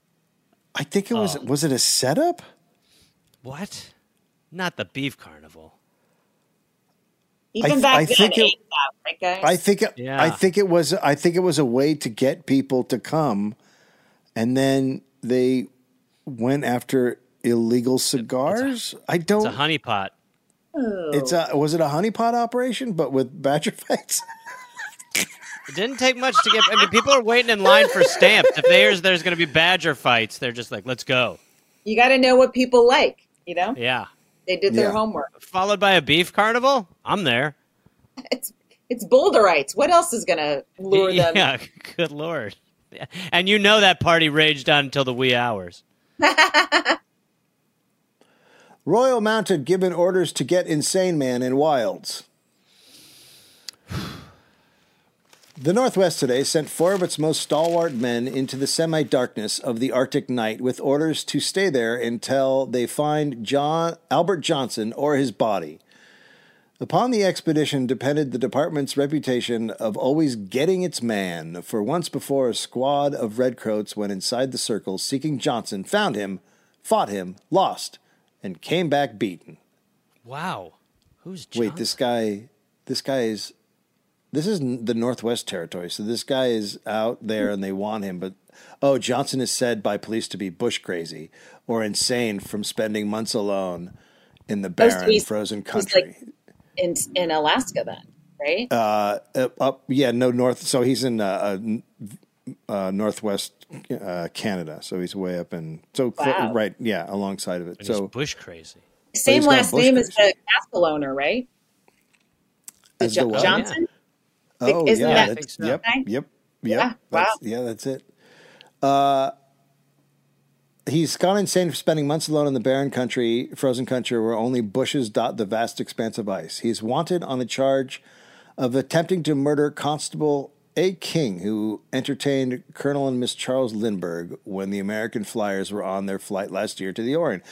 Speaker 4: I think it
Speaker 2: Uh.
Speaker 4: was was it a setup?
Speaker 2: What? Not the beef carnival.
Speaker 4: I-
Speaker 3: Even back
Speaker 4: I
Speaker 3: then,
Speaker 4: think it-
Speaker 3: it, right, guys?
Speaker 4: I think it,
Speaker 2: Yeah.
Speaker 4: I think it was I think it was a way to get people to come, and then they went after illegal cigars. I
Speaker 2: It's
Speaker 4: don't.
Speaker 2: a honeypot.
Speaker 4: It's a was it a honeypot operation, but with badger fights?
Speaker 2: It didn't take much to get. I mean, people are waiting in line for stamps. If there's there's going to be badger fights, they're just like, let's go.
Speaker 3: you got to know what people like. You know,
Speaker 2: Yeah.
Speaker 3: they did their
Speaker 4: Yeah.
Speaker 3: homework.
Speaker 2: Followed by a beef carnival. I'm there.
Speaker 3: It's it's Boulderites. What else is going to lure them?
Speaker 2: Yeah. Good lord. Yeah. And you know that party raged on until the wee hours.
Speaker 4: Royal Mounted given orders to get Insane Man in Wilds. The Northwest today sent four of its most stalwart men into the semi darkness of the Arctic night with orders to stay there until they find John Albert Johnson or his body. Upon the expedition depended the department's reputation of always getting its man, for once before a squad of redcoats went inside the circle seeking Johnson, found him, fought him, lost, and came back beaten.
Speaker 2: Wow. Who's John?
Speaker 4: Wait, this guy, this guy is, this is n- the Northwest Territory. So this guy is out there and they want him, but oh, Johnson is said by police to be bush crazy or insane from spending months alone in the
Speaker 3: Oh, so
Speaker 4: barren,
Speaker 3: he's-
Speaker 4: frozen
Speaker 3: he's
Speaker 4: country.
Speaker 3: like- in in Alaska then, right?
Speaker 4: uh, up, yeah, no north. So he's in uh, uh, n- uh, northwest uh, Canada. So he's way up in so cl-
Speaker 3: Wow.
Speaker 4: right, yeah, alongside of it.
Speaker 2: And he's
Speaker 4: so
Speaker 2: bush crazy.
Speaker 3: Same
Speaker 4: he's got
Speaker 3: last
Speaker 4: bush
Speaker 3: name as
Speaker 4: crazy.
Speaker 3: the castle owner, right?
Speaker 4: as
Speaker 3: Jo-
Speaker 4: the what?
Speaker 3: Johnson.
Speaker 4: Oh,
Speaker 3: Isn't
Speaker 4: yeah,
Speaker 3: that-
Speaker 4: that's, yep,
Speaker 3: Okay.
Speaker 4: yep, yep.
Speaker 3: Yeah,
Speaker 4: that's,
Speaker 3: wow.
Speaker 4: yeah, that's it. Uh, he's gone insane for spending months alone in the barren country, frozen country, where only bushes dot the vast expanse of ice. He's wanted on a charge of attempting to murder Constable A. King, who entertained Colonel and Miss Charles Lindbergh when the American Flyers were on their flight last year to the Orient.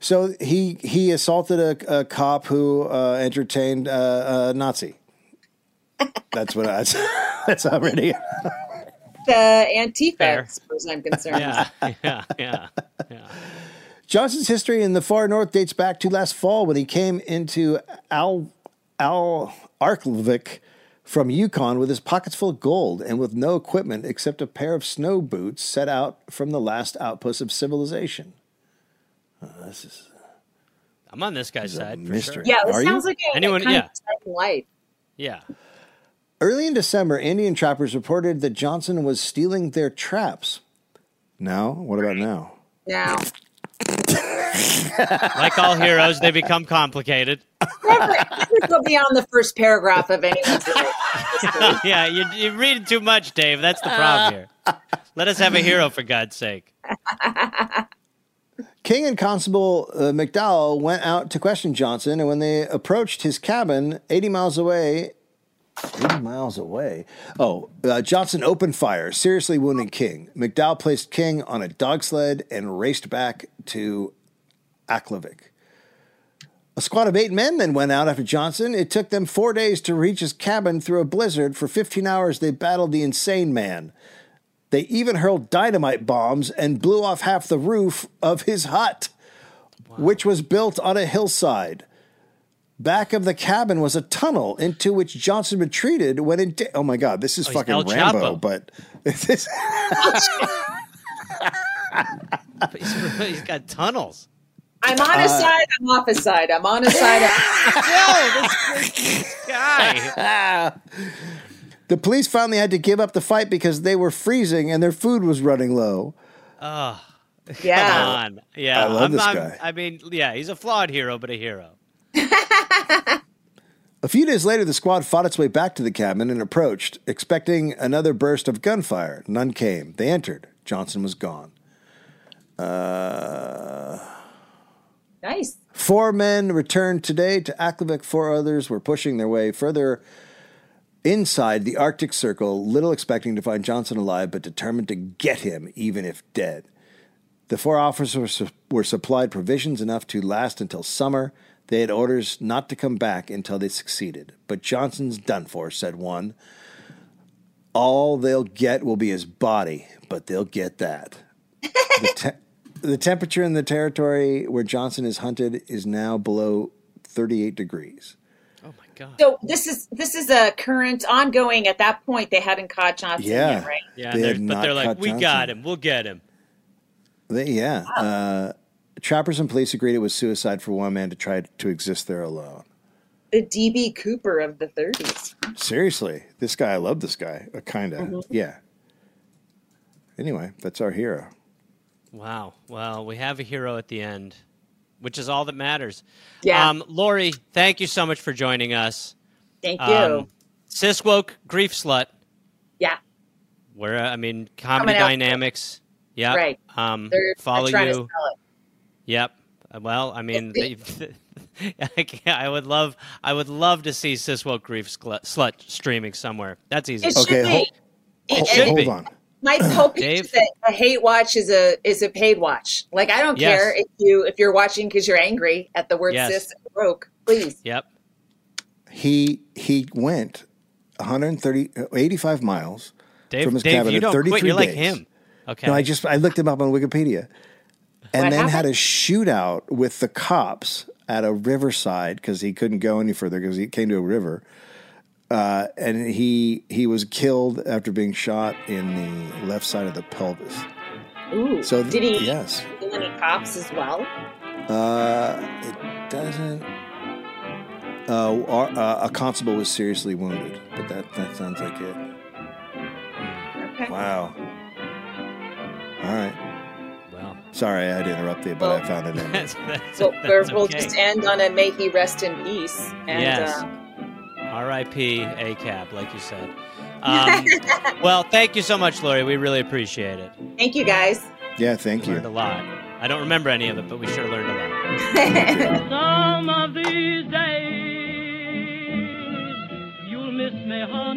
Speaker 4: So he he assaulted a, a cop who uh, entertained uh, a Nazi. That's what I. That's already.
Speaker 3: The Antifa,
Speaker 2: Fair.
Speaker 3: as far as I'm concerned.
Speaker 2: Yeah. Yeah. Yeah.
Speaker 4: Johnson's history in the far north dates back to last fall when he came into Al Al Arkvik from Yukon with his pockets full of gold and with no equipment except a pair of snow boots set out from the last outpost of civilization. Oh, this is
Speaker 2: I'm on this guy's
Speaker 4: a
Speaker 2: side. For Sure.
Speaker 4: mystery.
Speaker 3: Yeah, this
Speaker 4: Are you?
Speaker 3: sounds like a,
Speaker 2: Anyone-
Speaker 3: a kind
Speaker 2: yeah.
Speaker 3: of exciting life.
Speaker 2: Yeah.
Speaker 4: Early in December, Indian trappers reported that Johnson was stealing their traps. Now, what about now?
Speaker 3: Now,
Speaker 2: Like all heroes, they become complicated.
Speaker 3: never, never go beyond the first paragraph of anyone's life.
Speaker 2: yeah, you, you're reading too much, Dave. That's the problem here. Let us have a hero, for God's sake.
Speaker 4: King and Constable uh, McDowell went out to question Johnson, and when they approached his cabin, 80 miles away, 80 miles away, oh, uh, Johnson opened fire, seriously wounding King. McDowell placed King on a dog sled and raced back to Aklavik. A squad of eight men then went out after Johnson. It took them four days to reach his cabin through a blizzard. For 15 hours, they battled the insane man. They even hurled dynamite bombs and blew off half the roof of his hut, which was built on a hillside. Back of the cabin was a tunnel into which Johnson retreated when in. Da- oh my God, this is
Speaker 2: he's
Speaker 4: fucking
Speaker 2: El
Speaker 4: Rambo,
Speaker 2: Chapo.
Speaker 4: but this is.
Speaker 2: He's, he's got tunnels.
Speaker 3: I'm on
Speaker 4: Uh,
Speaker 3: his side. I'm off his side. I'm on his side. I'm-
Speaker 2: Guy.
Speaker 4: The police finally had to give up the fight because they were freezing and their food was running low.
Speaker 2: Come
Speaker 3: yeah.
Speaker 2: on. Yeah.
Speaker 4: I love
Speaker 2: I'm
Speaker 4: this
Speaker 2: not-
Speaker 4: guy.
Speaker 2: I mean, yeah, he's a flawed hero, but a hero.
Speaker 4: A few days later, the squad fought its way back to the cabin and approached, expecting another burst of gunfire. None came. They entered. Johnson was gone. Uh,
Speaker 3: Nice.
Speaker 4: Four men returned today to Aklavik. Four others were pushing their way further inside the Arctic Circle, little expecting to find Johnson alive, but determined to get him, even if dead. The four officers were- were supplied provisions enough to last until summer. They had orders not to come back until they succeeded. But Johnson's done for, said one. All they'll get will be his body, but they'll get that. the, te- the temperature in the territory where Johnson is hunted is now below 38 degrees.
Speaker 2: Oh my god.
Speaker 3: So this is this is a current ongoing. At that point, they hadn't caught Johnson
Speaker 4: Yeah.
Speaker 3: yet, right?
Speaker 2: Yeah,
Speaker 4: They
Speaker 2: they're,
Speaker 4: had
Speaker 2: but
Speaker 4: not
Speaker 2: they're like,
Speaker 4: cut
Speaker 2: we
Speaker 4: Johnson.
Speaker 2: got him. We'll get him.
Speaker 4: They, yeah. Uh, trappers and police agreed it was suicide for one man to try to exist there alone.
Speaker 3: The DB Cooper of the 30s.
Speaker 4: Seriously, this guy, I love this guy. Uh, kind of. Yeah. Anyway, that's our hero.
Speaker 2: Wow. Well, we have a hero at the end, which is all that matters.
Speaker 3: Yeah.
Speaker 2: Um, Lori, thank you so much for joining us.
Speaker 3: Thank you.
Speaker 2: Um, Siswoke grief slut.
Speaker 3: yeah.
Speaker 2: Where I mean, comedy
Speaker 3: Coming out.
Speaker 2: dynamics. Yeah.
Speaker 3: Right.
Speaker 2: Um,
Speaker 3: They're,
Speaker 2: follow
Speaker 3: they're trying
Speaker 2: you.
Speaker 3: to sell it.
Speaker 2: Yep. Uh, Well, I mean, they, I, can't- I would love, I would love to see Siswoke grief slut, slut streaming somewhere. That's easy.
Speaker 3: It
Speaker 4: Okay,
Speaker 3: should
Speaker 4: hold-
Speaker 3: be. It-
Speaker 4: Ho-
Speaker 2: should
Speaker 3: and
Speaker 4: hold
Speaker 2: be.
Speaker 4: on.
Speaker 3: My hope
Speaker 2: Dave?
Speaker 3: is that a hate watch is a is a paid watch. Like I don't
Speaker 2: Yes.
Speaker 3: care if you if you're watching because you're angry at the word
Speaker 2: Yes.
Speaker 3: cis and woke. Please.
Speaker 2: Yep.
Speaker 4: He he went 130 uh, 85 miles.
Speaker 2: Dave,
Speaker 4: From his
Speaker 2: Dave,
Speaker 4: cabin
Speaker 2: you
Speaker 4: in
Speaker 2: don't quit.
Speaker 4: 33
Speaker 2: You're like
Speaker 4: days.
Speaker 2: him. Okay.
Speaker 4: No, I just I looked him up on Wikipedia, and
Speaker 3: What
Speaker 4: then had
Speaker 3: happened?
Speaker 4: a shootout with the cops at a riverside because he couldn't go any further because he came to a river, uh, and he he was killed after being shot in the left side of the pelvis.
Speaker 3: Ooh.
Speaker 4: So th-
Speaker 3: did he
Speaker 4: Yes,
Speaker 3: kill any cops as well?
Speaker 4: uh, it doesn't. Uh, our, uh, a constable was seriously wounded, but that that sounds like it.
Speaker 3: Okay.
Speaker 4: Wow. All right.
Speaker 2: well,
Speaker 4: Sorry, I had to interrupt you, but I
Speaker 3: Well,
Speaker 4: found it. In.
Speaker 2: that's, that's,
Speaker 3: So we're,
Speaker 2: that's
Speaker 3: we'll
Speaker 2: okay.
Speaker 3: just end on a may he rest in peace. And
Speaker 2: Yes.
Speaker 3: uh,
Speaker 2: R.I.P. ACAB, like you said. Um, well, thank you so much, Lori. We really appreciate it.
Speaker 3: thank you guys.
Speaker 4: Yeah, thank
Speaker 2: We learned a
Speaker 4: you.
Speaker 2: lot. I don't remember any of it, but we sure learned a lot.
Speaker 6: Some of these days you'll miss me, honey.